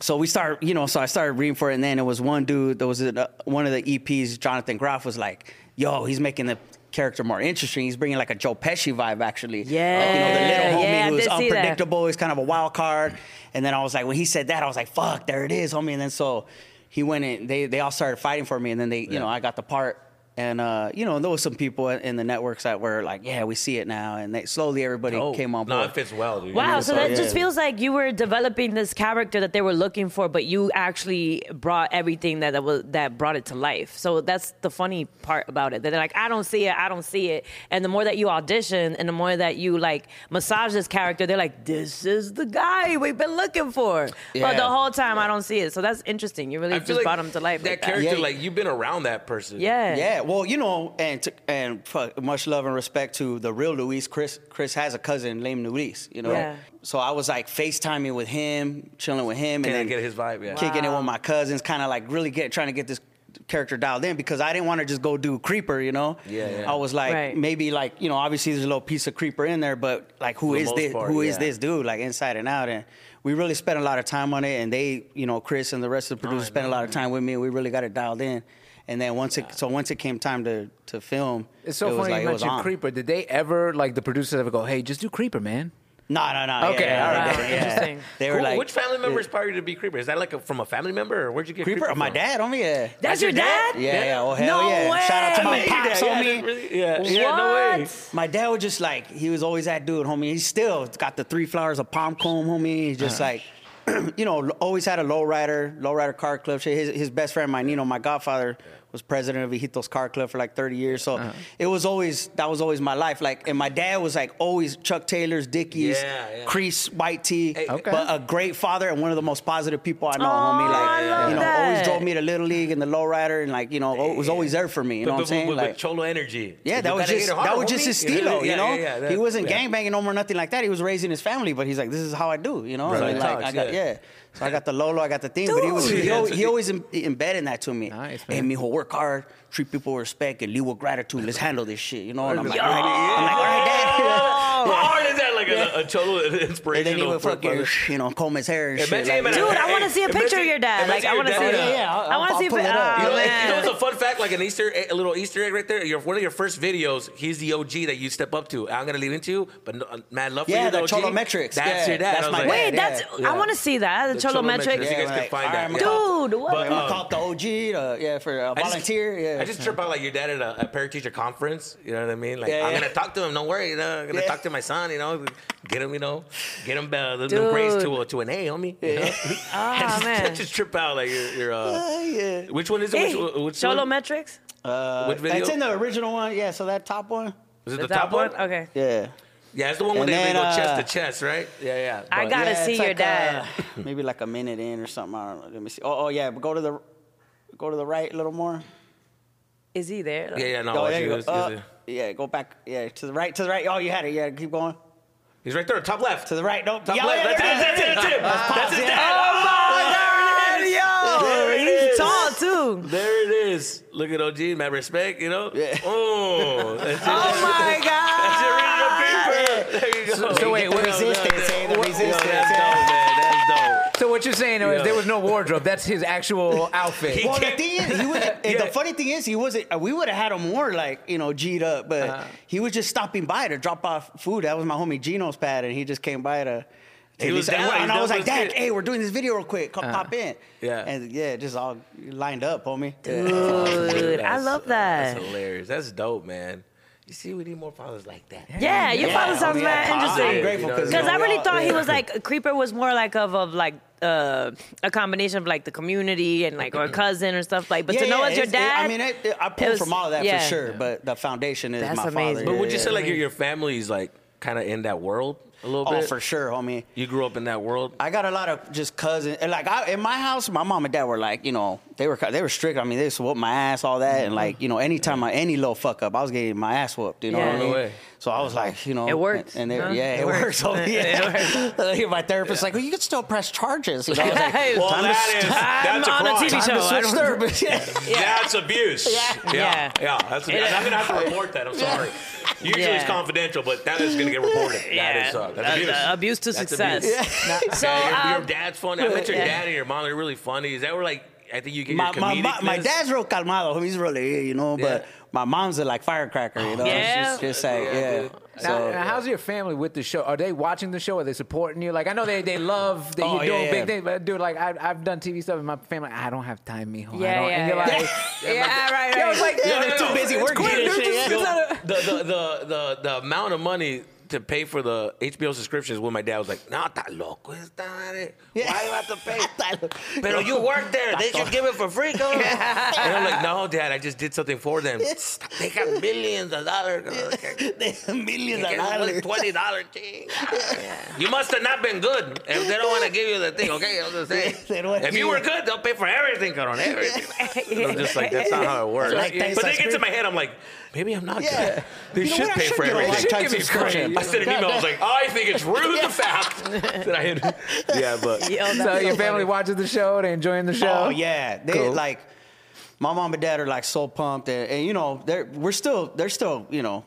so we start, you know, so I started reading for it, and then it was one dude. There was an, uh, one of the EPs, Jonathan Groff, was like, "Yo, he's making the character more interesting. He's bringing like a Joe Pesci vibe, actually. Uh, Yeah, you know, the little homie yeah, I who's did see that. unpredictable. He's kind of a wild card." And then I was like, when he said that, I was like, "Fuck, there it is, homie." And then so he went in. They they all started fighting for me, and then they, you know, I got the part. And uh, you know, and there was some people in the networks that were like, "Yeah, we see it now," and they, slowly everybody Oh, came on board. No, it fits well, dude. Wow, It's so like- that just feels like you were developing this character that they were looking for, but you actually brought everything that that, was, that brought it to life. So that's the funny part about it. That they're like, I don't see it, I don't see it. And the more that you audition, and the more that you like massage this character, they're like, this is the guy we've been looking for. But Yeah. the whole time, I don't see it. So that's interesting. You really I just feel like brought him to life. That like character, Yeah. like you've been around that person. Yeah. Yeah, well, you know, and to, and fuck, much love and respect to the real Luis. Chris Chris has a cousin named Luis. You know, Yeah. so I was like FaceTiming with him, chilling with him, Can and I then get his vibe? Yeah. kicking it with my cousins, kind of like really get trying to get this character dialed in because I didn't want to just go do creeper. You know, Yeah, yeah. I was like Right. maybe like you know obviously there's a little piece of creeper in there, but like who For the is most this? Who is part, yeah. this dude? Like inside and out and. We really spent a lot of time on it, and they, you know, Chris and the rest of the producers spent a lot of time with me. and We really got it dialed in, and then once it, so once it came time to to film, It's so it was funny like, you it was mentioned on. Creeper. Did they ever like the producers ever go, "Hey, just do Creeper, man"? No, no, no. Okay, yeah, all yeah, right, yeah, interesting. yeah. They were Cool. like Which family member inspired you to be creeper? Is that like a, from a family member, or where'd you get creeper? creeper. Oh, from? My dad, homie, yeah. That's your dad? Yeah, yeah. Oh hell No yeah! Shout out to way. my pops, yeah, homie. that really- yeah, yeah, no way. What? My dad was just like he was always that dude, homie. He's still got the three flowers of palm comb, homie. He's just Uh-huh. like, you know, always had a lowrider, lowrider car club. Shit. His his best friend, my Nino, my godfather, was president of Ijitos Car Club for like thirty years. So Uh-huh. it was always that was always my life. Like, and my dad was like always Chuck Taylor's, Dickies, Yeah, yeah. Crease, White Tee, Okay. but a great father and one of the most positive people I know, Aw, homie. Like, I love you know, that. always drove me to Little League and the lowrider, and like you know, was always there for me. You know But- what I'm but- saying? With, with Like- cholo energy. yeah, You that was gotta hit just it hard, that was just homie. his You know, stilo, you yeah, know. yeah, yeah, that- he wasn't yeah. gangbanging no more, nothing like that. He was raising his family, but he's like, this is how I do, you know. Right. Like, Talks, I got yeah. yeah. So I got the Lolo, I got the thing, but he was Dude. he, al- he always em- embedded that to me. Nice, hey, man. mijo, work hard, treat people with respect, and lead with gratitude. Let's handle this shit, you know. And I'm like, Yo! all right, I'm like, all right, dad. How hard is that? Like a, a cholo And inspirational. then he would for a fucking, father. you know, comb his hair and Imagine shit. him like- at Dude, I Hey, uh, want to see a imagine- picture of your dad. imagine Like, I your want to see. dad- Yeah, yeah, I'll- I want to I'll see. pull it up. oh, You know, man. you know, it's a fun fact, like an Easter, a little Easter egg right there. Your, one of your first videos, he's the OG that you step up to. I'm gonna lead into, you, but no, uh, mad love for Yeah, you, the the OG. Cholometrics. That's Yeah, your dad. that's I was my like, dad. Wait, that's. Yeah. I want to see that. The Cholo metrics. You Yeah, guys can like, find all that. right, yeah. Dude, what? But, I'm gonna uh, call it the OG, uh, yeah, for a I just- volunteer. yeah, I just trip out like your dad at a, a parateacher conference. You know what I mean? Like Yeah, I'm yeah. gonna talk to him. Don't worry. You know, I'm gonna Yeah. talk to my son. You know, get him. You know, get him uh, the, the grades to a, to an A, homie. You know? Ah, I Oh just, I man. just trip out like your your. Uh, yeah. which one is it? Hey, Which, which Cholo one? metrics. Uh, Which video? That's in the original one, yeah. So that top one, Is it Is the that top one? Okay. yeah. Yeah, it's the one where And they, they then, go chest uh, to chest, right? Yeah, yeah. I But- gotta Yeah, see it's your like, dad. uh, maybe like a minute in or something. I don't know. Let me see. Oh, oh yeah, but go to the go to the right a little more. Is he there? yeah, yeah. No, oh, watch there it. you go. It's- Uh, it's- yeah, go back. Yeah, to the right, to the right. Oh, you had it. Yeah, keep going. he's right there, top left. To the right. Nope. Top yeah, left. yeah, That's yeah, Ah, it. That's it. That's it. That's his yeah. dad. Oh, there it He's is. tall too. There it is. Look at OG, my respect, you know? Yeah. Oh, that's it. Oh my That's god. it, reading the paper. There you go. so wait, Yo, The wait, resistance, eh? That's The dope, resistance. eh? man. That's dope. So what you're saying is Yeah. there was no wardrobe. That's his actual outfit. He- Well, the can't- thing is, he was, Yeah. the funny thing is, he wasn't. uh, We would have had him more like you know G'd up, but Uh-huh. he was just stopping by to drop off food. That was my homie Gino's pad, and he just came by to. to He was listen. down. and, He I was down like, for his Dad, kid." hey, we're doing this video real quick. Come pop in. Uh-huh. Yeah. and yeah, just all lined up, homie. Dude, I That's- love that. That's hilarious. That's dope, man. You see, we need more fathers like that. Yeah, your father Yeah, sounds homie, mad I'm interesting. positive. grateful because Because I really thought he yeah. was like Creeper was more like of of like uh, a combination of like the community and like or cousin or stuff like. But Yeah, to know yeah, it's your it's- it- dad, I mean, it, it- I it pulled was- from all of that yeah. for sure, but the foundation is That's my amazing. father. But would you yeah. say, like, your, your family's, like, kind of in that world a little Oh, bit? for sure, homie. You grew up in that world? I got a lot of just cousins. And like I, in my house, my mom and dad were like, you know, they were they were strict. I mean, they just whooped my ass, all that, Mm-hmm. and like, you know, anytime I any little fuck up, I was getting my ass whooped. You know Yeah. what I No mean? way. So I was like, you know, It works, And, they, huh? yeah, It it, works. works. homie. yeah. my therapist like, well, you can still press charges. You know, I was like, Well, time to that is- s- I'm that's a on a TV crime. show. time to I switch don't- therapist. Yeah. That's abuse. Yeah. Yeah. Yeah. that's abuse. I'm going to have to report that. I'm sorry. Usually Yeah. it's confidential, but that is going to get reported. That Yeah. is uh, that's Uh, abuse. uh, abuse to That's success. abuse. So, Okay, your, your um, dad's funny. I met your yeah. dad and your mom. They're really funny. Is that where, like, I think you get my, your my, comedic my, my dad's real calmado. homie. He's really, you know, but Yeah. Oh, my mom's a like firecracker, you know. Yeah. She's just like, Yeah, yeah. dude. Now, uh, So, now, how's your family with the show? Are they watching the show? Are they supporting you? Like, I know they, they love that Oh, you're doing yeah, yeah. big things, but dude, like, I, I've done TV stuff in my family. I don't have time, yeah, mijo. I don't. yeah, and you're yeah. like, yeah, right, right. Yo, it's like- yeah, they're too busy working. quick, and dude, shit, just- yeah. Yo, the, the, the, the, the amount of money to pay for the HBO subscriptions when my dad was like, nah, está loco esta madre. Why you have to pay? Pero you work there. They should give it for free, cabrón. And I'm like, no, dad, I just did something for them. They got millions of dollars. cabrón. millions They of got dollars. a Twenty dollar thing. You must have not been good. If they don't want to give you the thing, okay? I'm just saying. They don't wanna If you give were you- good, they'll pay for everything, cabrón, everything. I'm just like, that's not how it works. Like, thanks, but then it ice gets in my head, I'm like, maybe I'm not Yeah. good. They You know should what? I pay should for get a everything. lifetime subscription. I sent an email. I was like, "Oh, I think it's rude the fact that I had. Yeah, but Yo, that's so your funny. family watches the show. They enjoying the show. Oh yeah, they Cool. like my mom and dad are like so pumped, and, and you know they're we're still they're still you know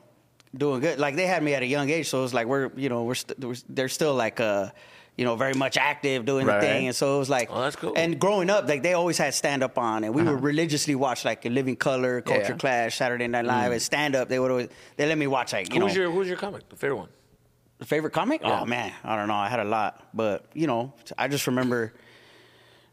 doing good. Like they had me at a young age, so it was like we're you know we're, st- we're they're still like uh you know very much active doing Right. the thing, and so it was like Oh, that's cool. And growing up, like they always had stand up on, and we would religiously watch like Living Color, Culture Uh-huh. yeah. Mm. Clash, Saturday Night Live, and stand up. They would always they let me watch like you know who's your who's your comic? The favorite one. favorite comic? Yeah. Oh man, I don't know. I had a lot, but you know, I just remember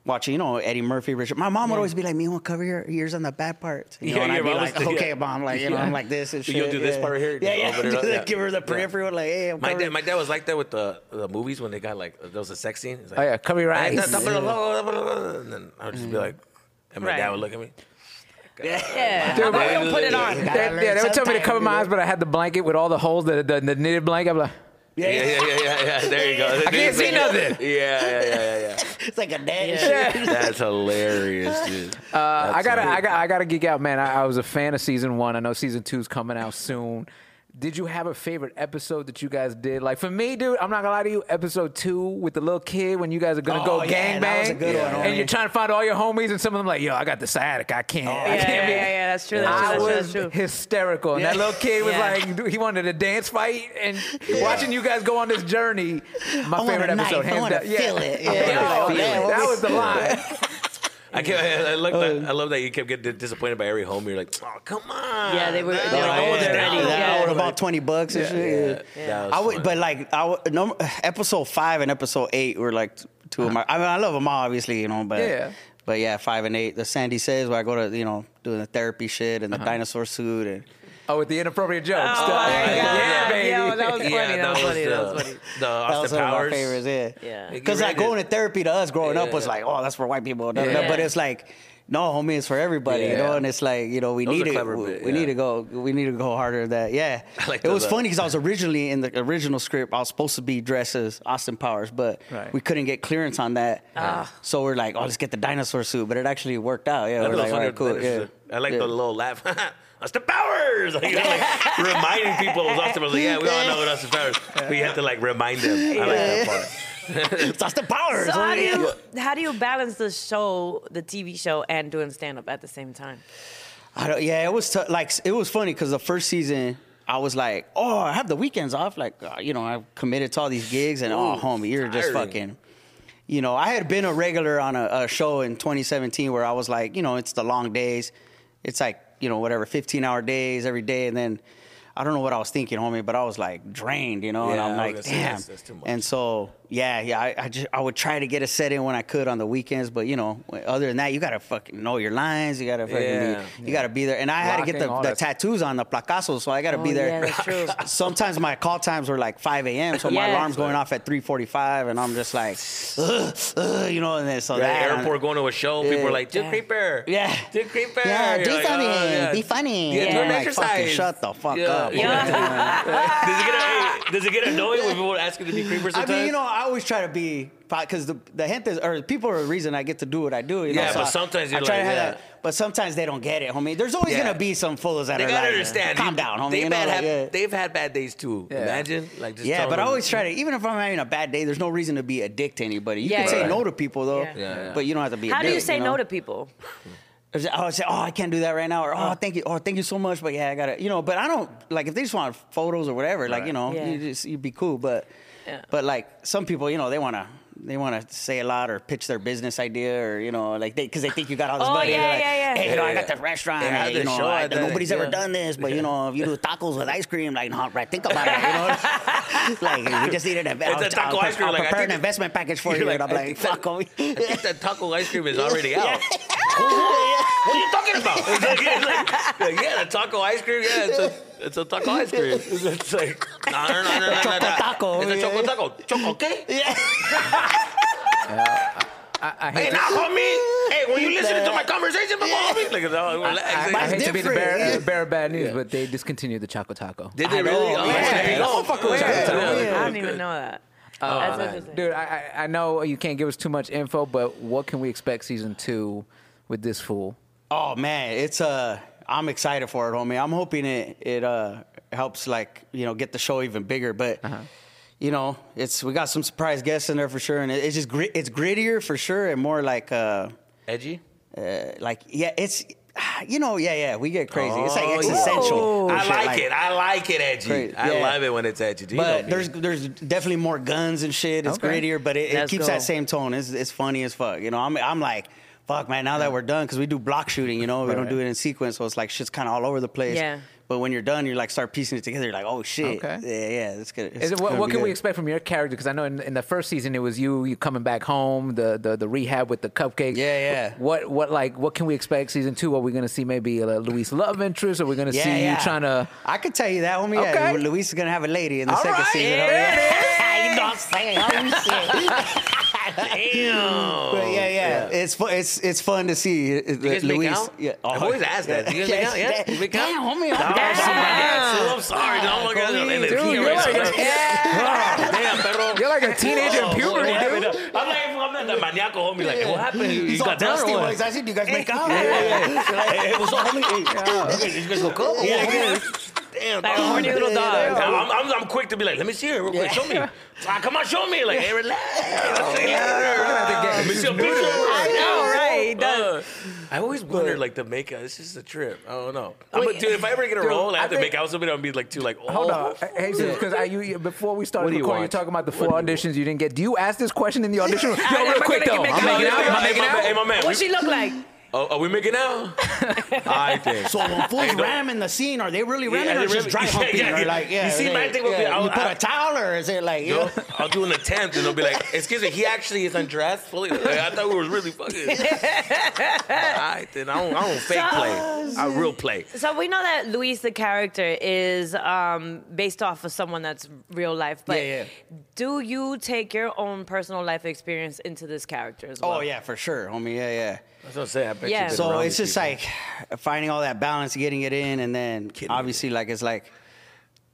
watching. You know, Eddie Murphy, Richard. My mom would always be like, "Me, cover your ears on the bad part." You know, Yeah, and your I'd be mom like, was- "Okay, yeah. mom." Like you know, I'm like this and shit. You'll do this yeah. part right here, Yeah, just yeah. open it up, Just yeah. Give her the peripheral. Like, hey, My I'm covering- dad, my dad was like that with the, the movies when they got like there was a sex scene. He's like, Oh, yeah, cover your "Hey, eyes." stop, blah, blah, blah, blah, blah," And then I would just be like, and my dad Right. would look at me. Yeah, Dude, I'm but- not gonna put it on. They- yeah, they would tell me to cover my eyes, but I had the blanket with all the holes, the, the, the knitted blanket. I'm like, Yeah, yeah, yeah, yeah, yeah. yeah. There you go. I can't see nothing. Yeah, yeah, yeah, yeah. It's like a dad. and shit. yeah. yeah. That's hilarious, dude. Uh, I That's gotta, I hilarious. gotta, I gotta geek out, man. I, I was a fan of season one. I know season two's coming out soon. Did you have a favorite episode that you guys did? Like for me, dude, I'm not gonna lie to you. Episode two with the little kid when you guys are gonna go Oh, yeah, gangbang, that was a good one, and homie. Oh, you're trying to find all your homies, and some of them like, yo, I got the sciatic, I can't, I Yeah, can't yeah, be. yeah, yeah, that's true. That's I true. That's was true. That's true. hysterical, and that Yeah. little kid was Yeah. like, dude, he wanted a dance fight, and watching you guys go on this journey, my I want favorite a knife. episode, I hands want down. to feel it. Yeah. Oh, Like, man, man, what that was- was the line. I, can't, I, I, like that. I love that you kept getting disappointed by every homie. You're like, oh, come on. Yeah, they were- No, they were "Oh, yeah, older that already. was- Yeah. That was about twenty bucks and shit. yeah. Yeah, that was I would, fun. but like I would, no, episode five and episode eight were like two of my. I mean, I love them all, obviously, you know, but Yeah. but yeah, five and eight. The Sandy says where I go to, you know, doing the therapy shit and the dinosaur suit and Oh, with the inappropriate jokes. Oh, Stuff. my God. Yeah, Yeah, baby. that was funny. that was funny. That was funny. The, the that was Austin one of my Powers. favorites. Yeah, Yeah. Because like going to therapy to us growing up Yeah. was like, oh, that's for white people. No, no, Yeah. But it's like no, homie, it's for everybody, you know. Yeah. And it's like, you know, we That was a need to, clever we, bit, we yeah. need to go, we need to go harder. at That, yeah. I like uh, it that was a lot. funny because I was originally in the original script, I was supposed to be dressed as Austin Powers, but Right. we couldn't get clearance on that. Ah. So we're like, oh, let's get the dinosaur suit, but it actually worked out. Yeah, That we're was like, all funny. right, cool. That Yeah. is- I like Yeah. the little laugh. That's the powers. Like, you know, like, reminding people it was Austin Powers. Like, yeah, we all know it was Austin Powers. But you have to like remind them. I like that part. It's Austin Powers. So how do homie. you how do you balance the show, the TV show, and doing stand up at the same time? I don't, yeah, it was t- like it was funny because the first season I was like, oh, I have the weekends off, like uh, you know, I've committed to all these gigs, and oh, Ooh, homie, you're just tiring. fucking. You know, I had been a regular on a, a show in 2017 where I was like, you know, it's the long days, it's like you know whatever 15 hour days every day, and then I don't know what I was thinking, homie, but I was like drained, you know, and Yeah, I'm I like, was gonna say, damn, that's- that's too much. and so yeah, yeah, I, I just I would try to get a set in when I could on the weekends, but you know, other than that, you gotta fucking know your lines, you gotta fucking Yeah. be, you gotta be there, and I had to get Rocking, the, all the that. tattoos on the placazo, so I gotta Oh, be yeah, there. that's true. Sometimes my call times were like 5 a.m., so my Yeah. alarm's going off at 3:45, and I'm just like, ugh, ugh, you know, and then so You're at that the airport going to a show, people are like, "Do creeper, Yeah. do creeper, Yeah, You're do like, something. "Oh, yeah." Be funny. yeah, And do I'm an like, fucking exercise." shut the fuck Yeah. up. Yeah. does it get hey, does it get annoying when people ask you to be creeper I sometimes? mean, you know, I always try to be because the the hint is or people are the reason I get to do what I do. You know? Yeah, so but I- sometimes I you're try to like, have yeah. that, but sometimes they don't get it, homie. There's always Yeah. gonna be some fools that they are gotta like, understand. calm You- down, homie. They've you know, had like, have- yeah. they've had bad days too. Imagine, like, just Yeah, tell but I them- always try to, even if I'm having a bad day, there's no reason to be a dick to anybody. You Yeah, can say yeah. no to people, though, Yeah. Yeah, yeah. but you don't have to be a How do dick, you say know? no to people? Or say- I would say, oh, I can't do that right now, or oh, thank you, oh, thank you so much, but yeah, I gotta, you know. But I don't like if they just want photos or whatever, like you know, Yeah. you just you'd be cool. But Yeah. but like some people, you know, they wanna they wanna say a lot or pitch their business idea or you know, like they because they think you got all this Oh, money. yeah, they're like, yeah, yeah. Hey, you know, I Yeah. got this restaurant. They have hey, you this know, show I- out there, nobody's ever yeah. done this, but you know, if you do tacos with ice cream, like no, right, think about it. You know, like we just needed an It's a I'll- taco I'll, ice cream, I'll like, I prepare think an it- investment package for You're you, like, and I'm I like, think fuck, that- I homie. think that taco ice cream is already out. What are you talking about? It's like, it's like, like, yeah, the taco ice cream. Yeah, it's a, it's a taco ice cream. It's like, no, no, no, no, no, no, no. Choco taco, It's a yeah, choco yeah. taco. Choco, okay? I, I hate Hey, to- now, homie. Hey, when you listening to my conversation before, homie? Like, it's all, I, I like, hate to be the bearer, different. the bearer of bad news, but they discontinued the Choco Taco. did they I know, really? Oh, yeah. there you go. Don't fuck with Yeah, that. yeah, Yeah. I don't even know that. That's interesting. Dude, I, I I know you can't give us too much info, but what can we expect season two with this fool? Oh man, it's uh I'm excited for it, homie. I'm hoping it it uh helps like, you know, get the show even bigger, but Uh-huh. you know, it's we got some surprise guests in there for sure and it, it's just grit, it's grittier for sure and more like uh Edgy? uh, like yeah, it's you know, yeah, yeah, we get crazy. it's like Oh, yeah. existential. I Shit, like it. I like it edgy. Great, I yeah. love it when it's edgy. Do you know But me? there's there's definitely more guns and shit. It's Okay. grittier, but it, it Let's keeps go. that same tone. It's it's funny as fuck. You know, I'm I'm like, fuck, man. Now that we're done, because we do block shooting, you know, we don't do it in sequence, so it's like shit's kind of all over the place. Yeah. But when you're done, you like start piecing it together. You're like, oh shit. Okay. Yeah, yeah. It's good. Is it, what what can we expect from your character? Because I know in, in the first season it was you you coming back home, the, the the rehab with the cupcakes. Yeah, yeah. What what like what can we expect season two? Are we gonna see maybe a Luis love interest? Are we gonna Yeah, see yeah. you trying to? I could tell you that, homie. Yeah, Okay. Luis is gonna have a lady in the second right. season. Yeah, homie. you know what I'm saying? Oh, Damn. But yeah, yeah, it's fun. It's it's fun to see. You Um, guys make out? Oh, Yeah, I've always asked that. Do you guys make out? Yeah? You make out? Damn, homie. Oh, I'm shit, Damn. my God. I'm sorry. Oh my God. And the Dude, key you're right like- there. Oh, Damn, perro. You're like a teenager in Oh, puberty, what happened? dude. I'm like, I'm not the maniaco homie. Like, what happened? You, you He's all got down thirsty. or Like, what? I said, do you guys make out? Hey, what's up, homie? Hey, You guys go cook? Yeah, yeah. Damn, Like a dog. horny little dog. I'm, I'm, I'm, I'm quick to be like, let me see her real quick. Show me. Ah, come on, show me. Like, hey, relax. Let me see a picture. I know, right? He does. Uh, I always wondered, like, the makeout. This is a trip. I don't know. I'm a, dude, if I ever get a role, I have I to think- make out with somebody. I'm be like, too, like, oh, Hold on, hey, because you, you- before we started What do you recording, you're want? talking about the four auditions you didn't get. Do you ask this question in the audition? room? Yo, am real I quick gonna though, get I'm making making out? out. I'm making Hey, my- Hey, out. my man. What she we- look like? Oh, are we making out? I think. So when fools ram in the scene, are they really ramming Yeah, or they just really- dry yeah, humping? yeah, or yeah. like, yeah, You see, they- my thing would be, yeah, I'll- you put I- a towel or is it like, you Yo, know? I'll do an attempt, and they'll be like, "Excuse me, he actually is undressed fully." Like, I thought we was really fucking. All right, then I don't, I don't fake play. I real play. So we know that Luis, the character, is um, based off of someone that's real life. But Yeah, do you take your own personal life experience into this character as well? Oh yeah, for sure, homie. Yeah, yeah. That's what I'm saying. bet Yeah. you've been So around So it's these just people. like finding all that balance, getting it in, and then obviously like it's like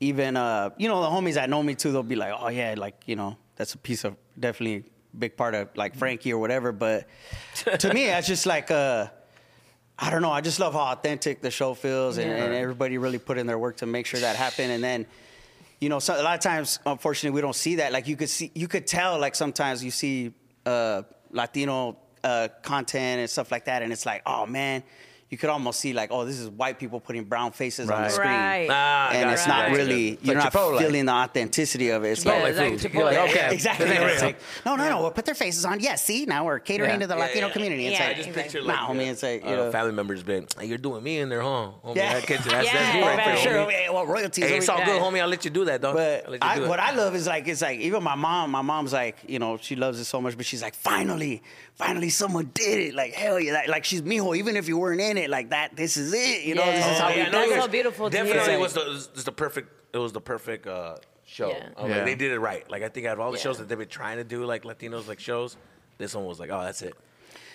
even uh you know the homies that know me too, they'll be like, oh yeah, like you know that's a piece of definitely big part of like Frankie or whatever. But to me, that's just like uh. I don't know. I just love how authentic the show feels, and, and everybody really put in their work to make sure that happened. And then, you know, so a lot of times, unfortunately, we don't see that. Like you could see, you could tell. Like sometimes you see uh, Latino uh, content and stuff like that, and it's like, oh man, you could almost see like, oh, this is white people putting brown faces on the Right. screen, Right. Ah, and gotcha, it's not gotcha. really Like you're not Chipotle. feeling the authenticity of it. It's Yeah, like- like food. Chipotle. You're like, okay, Exactly. this ain't It's real. like, no, no, no. We'll put their faces on. Yes, see, now we're catering Yeah. to the Yeah, Latino yeah. community. It's Yeah, I like, just exactly. picture like nah, homie, it's like, uh, you know. family members been, hey, you're doing me in there, huh? Homie, Yeah. that kitchen, that's, that's Yeah, me right right. there, Sure, homie. homie. yeah, well, royalties. Hey, it's all Yeah. good, homie. I'll let you do that, dog. I'll But let you I, do it. what I love is like it's like even my mom. My mom's like you know she loves it so much, but she's like finally, finally someone did it. Like hell yeah, like, like she's mijo. Even if you weren't in it, like that, this is it. You know, this Yeah. is how Oh, we yeah, do no, it. That's so beautiful to Definitely hear. was the was the perfect. It was the perfect uh, show. Yeah. I'm like, Yeah. they did it right. Like I think out of all the Yeah. shows that they've been trying to do, like Latinos like shows, this one was like, oh, that's it.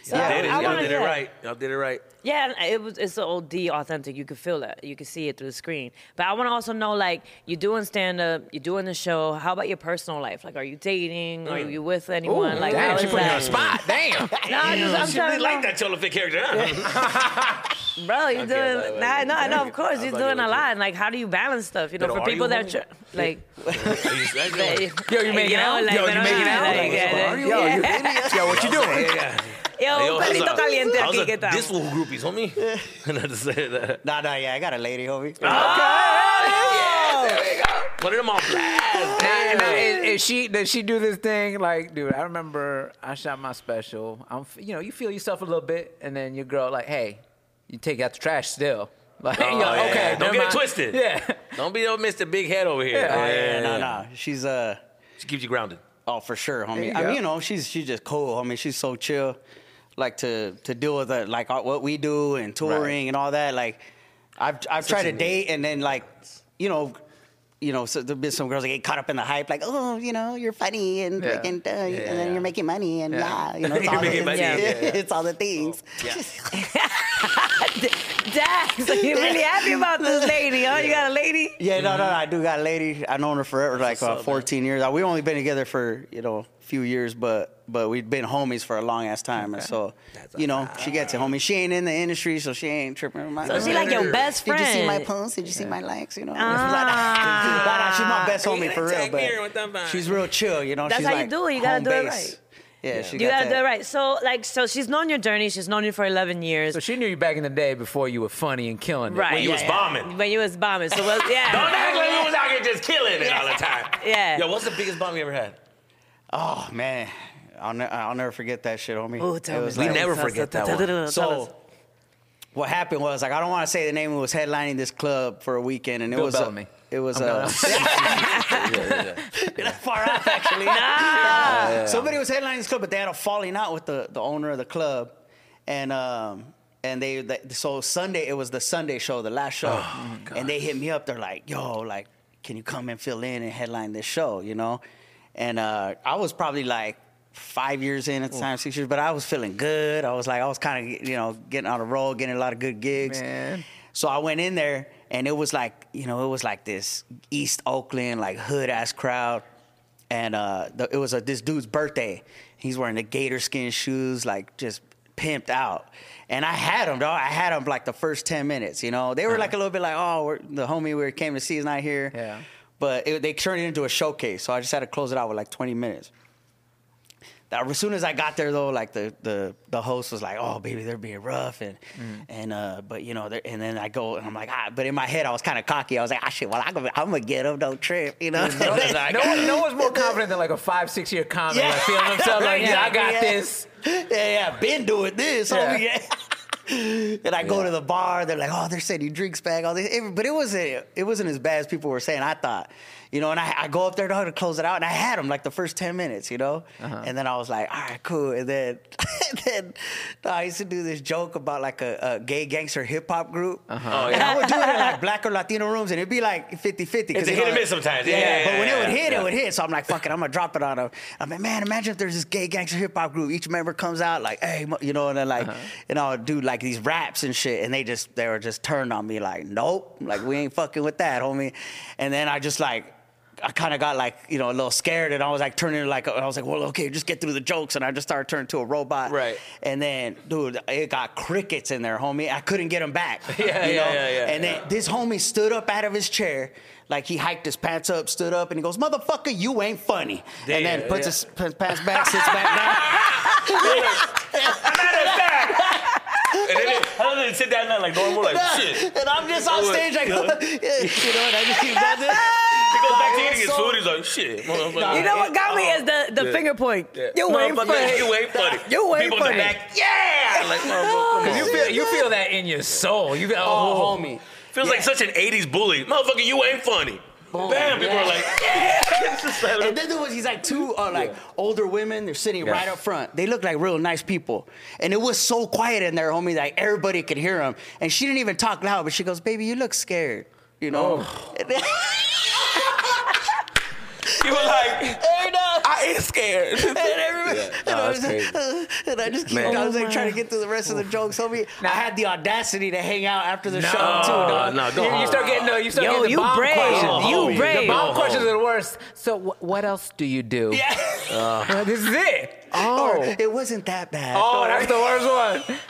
Yeah, Y'all did it. I Y'all wanna did it hear it. right. Y'all did it right. Yeah, and it was it's the old D authentic. You could feel that. You could see it through the screen. But I want to also know like you're doing stand up, you're doing the show. How about your personal life? Like, are you dating? Are you with anyone? like, how damn, is she put you on the that? spot. Damn. No, I just, I'm She really trying to like know, that Cholo Fit character. huh? bro. You're Okay, doing. wait, wait, nah, wait. no, I know. Of I course, was you're like, doing yeah, a what lot. And like, how do you balance stuff? You know, Pero for are people you that tr- like, Yo, Yo, you making yo, out? like, Yo, you pero making nada, out? like, yeah, Yo, you Yo, what you doing? Yo, un perrito Oh, caliente aquí que estamos. This will groupies, homie. and I just said that. Nah, nah, yeah, I got a lady, homie. Put them on blast. Now, now, is, is she does she do this thing like, dude? I remember I shot my special. I'm, f- you know, you feel yourself a little bit, and then your girl like, hey, you take out the trash still. Like, you're like, yeah. okay, Don't never get it mind." twisted. Yeah, Don't be old Mr. Big Head over here. Yeah. Oh, yeah, no, no. She's uh She keeps you grounded. oh for sure, homie. you I go. mean, you know, she's she's just cool, homie. She's so chill. Like to to deal with uh, like uh, what we do and touring and all that. Like I've I've tried to you need. date and then like you know you know, so there've been some girls that get caught up in the hype, like, oh, you know, you're funny and Yeah. freaking, uh, and then yeah. you're making money and yeah, you know, it's You're all, the, making money, yeah, yeah. it's all the things. Dax, so you really happy about this lady, huh? You got a lady? Yeah, no, no, no, I do got a lady. I've known her forever, like Mm-hmm. what's up, uh, man. 14 years. Uh, We've only been together for, you know, a few years, but but we've been homies for a long ass time. And so, you know, she gets it, homie. She ain't in the industry, so she ain't tripping. My, So she like your best Did friend. you see my posts? Did you see my likes? You know? Ah. She's my best homie for Take real, me here with them, but man. she's real chill, you know? That's she's how you like do it. You gotta home do it base. right. Yeah, she You got gotta do that. it right. So, like, so she's known your journey. She's known you for 11 years. so she knew you back in the day before you were funny and killing it. right. When you was bombing. When you was bombing. So, well, yeah. Don't act like we was out here just killing it all the time. Yeah. Yo, what's the biggest bomb you ever had? Oh, man. I'll, ne- I'll never forget that shit, homie. Ooh, It tell was me. like- tell never us, forget tell us, that one. tell us, tell us. So what happened was like I don't want to say the name. It was headlining this club for a weekend, and it Bill was uh, Bellamy. it was I'm uh, far off actually. Somebody was headlining this club, but they had a falling out with the, the owner of the club, and um and they, they so Sunday it was the Sunday show, the last show, and they hit me up. They're like, "Yo, like, can you come and fill in and headline this show?" You know, and uh, I was probably like. Five years in at the time, six years, but I was feeling good. I was like, I was kind of, you know, getting on a roll, getting a lot of good gigs. Man. So I went in there and it was like, you know, it was like this East Oakland, like hood ass crowd. And uh, the, it was a, this dude's birthday. He's wearing the gator skin shoes, like just pimped out. And I had him, dog. I had him like the first 10 minutes, you know. They were like a little bit like, oh, we're, the homie we came to see is not here. Uh-huh. Yeah. But it, they turned it into a showcase. So I just had to close it out with like 20 minutes. Now, as soon as I got there though, like the the the host was like, "Oh, baby, they're being rough," and Mm. and uh, but you know, they're- and then I go and I'm like, ah, but in my head I was kind of cocky. I was like, "Ah, shit, well, I'm gonna, I'm gonna get them, don't trip," you know. No one, no one's more confident than like a five, six year comic, like feeling themselves like, yeah, I got yeah. this. Yeah, yeah, been doing this. Yeah. homie. and I go to the bar. They're like, "Oh, they're sending you drinks back." All this, It- but it wasn't. It wasn't as bad as people were saying. I thought, You know, and I, I go up there dog, to close it out, and I had him like the first ten minutes, you know, Uh-huh. and then I was like, all right, cool. And then, and then dog, I used to do this joke about like a, a gay gangster hip hop group, Uh-huh. Oh, and yeah. I would do it in like black or Latino rooms, and it'd be like 50-50. 'cause, It's a you hit know, and miss sometimes. Yeah, yeah, but when yeah, it would yeah, hit, yeah. it would hit. So I'm like, fuck it, I'm gonna drop it on him. I'm like, man, imagine if there's this gay gangster hip hop group. Each member comes out like, hey, mo-" you know, and then like, Uh-huh. and I'll do like these raps and shit, and they just they were just turned on me like, nope, like we ain't fucking with that, homie. And then I just like. I kind of got like you know a little scared, and I was like turning like I was like, well, okay, just get through the jokes, and I just started turning to a robot. Right. And then, dude, it got crickets in there, homie. I couldn't get them back. Yeah, you yeah, know? yeah, yeah, And then this homie stood up out of his chair, like he hiked his pants up, stood up, and he goes, "Motherfucker, you ain't funny." and Damn, then puts yeah. his p- pants back, sits back down. And then, how did they sit down there like normal, like shit? and I'm just on Oh, stage, like, yeah. you know, and I just keep going. there. He goes back to eating his So- food. He's like, shit. motherfucker. You know what got me is the, the Yeah. finger point. Yeah. You ain't Motherfucker, funny. You ain't funny. You ain't People in funny. the back, yeah. Like, Oh. motherfucker, come You on. feel you feel that in your soul. You feel Oh, homie. Feels like such an '80s bully. Motherfucker, you ain't funny. Bam. People are like, yeah. It's just like- And then there was these like two uh, like older women. They're sitting right up front. They look like real nice people. And it was so quiet in there, homie. Like everybody could hear them. And she didn't even talk loud, but she goes, "Baby, you look scared." You know. Oh. And then- You were like, I ain't scared. and everybody, and I was that's like, "Uh," and I just keep, Man. I was Oh like trying to my. get through the rest of the jokes, homie. I had the audacity to hang out after the No. show too, dog. no, You, don't. you start getting the you start Yo, getting the you bomb brave. questions. Oh, You The brave. bomb Go questions home. are the worst. So wh- what else do you do? Yeah. Uh, this is it. Or, Oh, it wasn't that bad. oh, that's Oh, the worst one.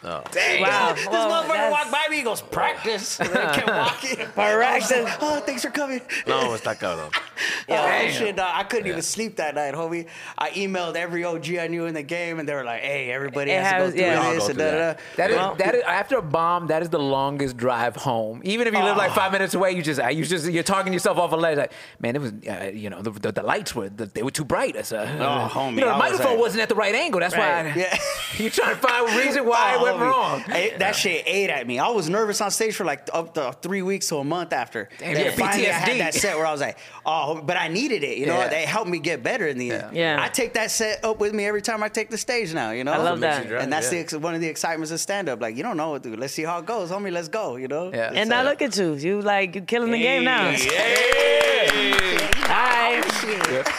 Wow. This Well, motherfucker that's- walked by me. He goes, "Practice." And I kept walking. Practice. I was like, Oh, thanks for coming. No, it's not going Oh, shit, dog. I couldn't even sleep that night, homie. I emailed every OG I knew in the game, and they were like, "Hey, everybody It has, has- to go through yeah. this." Y'all go and through da, da, that. da. That is Well- that is after a bomb. That is the longest drive home. Even if you live like five minutes away, you just you just you're talking yourself off a ledge. Like, man, it was uh, you know the, the, the lights were the, they were too bright. That's a, Oh, homie, You know, the I was microphone like- was not at the right angle. That's why Right. I, Yeah. you're trying to find a reason why it Oh, went homie. wrong. I- that shit ate at me. I was nervous on stage for like up to three weeks to a month after. Damn, Then yeah, finally I PTSD. had that set where I was like, "Oh," but I needed it. You know, Yeah. they helped me get better in the end. Yeah. Yeah. I take that set up with me every time I take the stage now. You know, I love That's what makes that. you drive, and that's yeah. the ex- one of the excitements of stand up. Like, you don't know what, dude. Let's see how it goes, homie. Let's go. You know. Yeah. And now look at you. You like you killing the game now. Yeah. All right. Shit.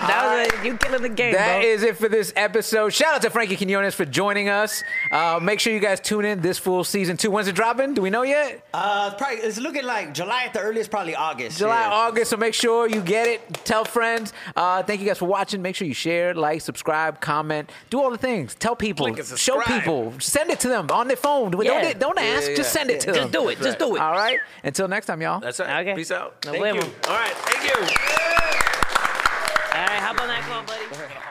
That was a, you killing the game, That bro. is it for this episode. Shout out to Frankie Quinones for joining us. Uh, make sure you guys tune in this full season two. When's it dropping? Do we know yet? Uh, probably it's looking like July at the earliest, probably August. July, yeah. August. So make sure you get it. Tell friends. Uh, thank you guys for watching. Make sure you share, like, subscribe, comment, do all the things. Tell people, Click and show subscribe. people, send it to them on their phone. Yeah. Don't, don't ask, Yeah, yeah, just send it to them. Just do it. Just do it. All right. Until next time, y'all. That's right. Okay. Peace out. Nos Thank vemos. you. All right. Thank you. All right. Hop on that call, buddy.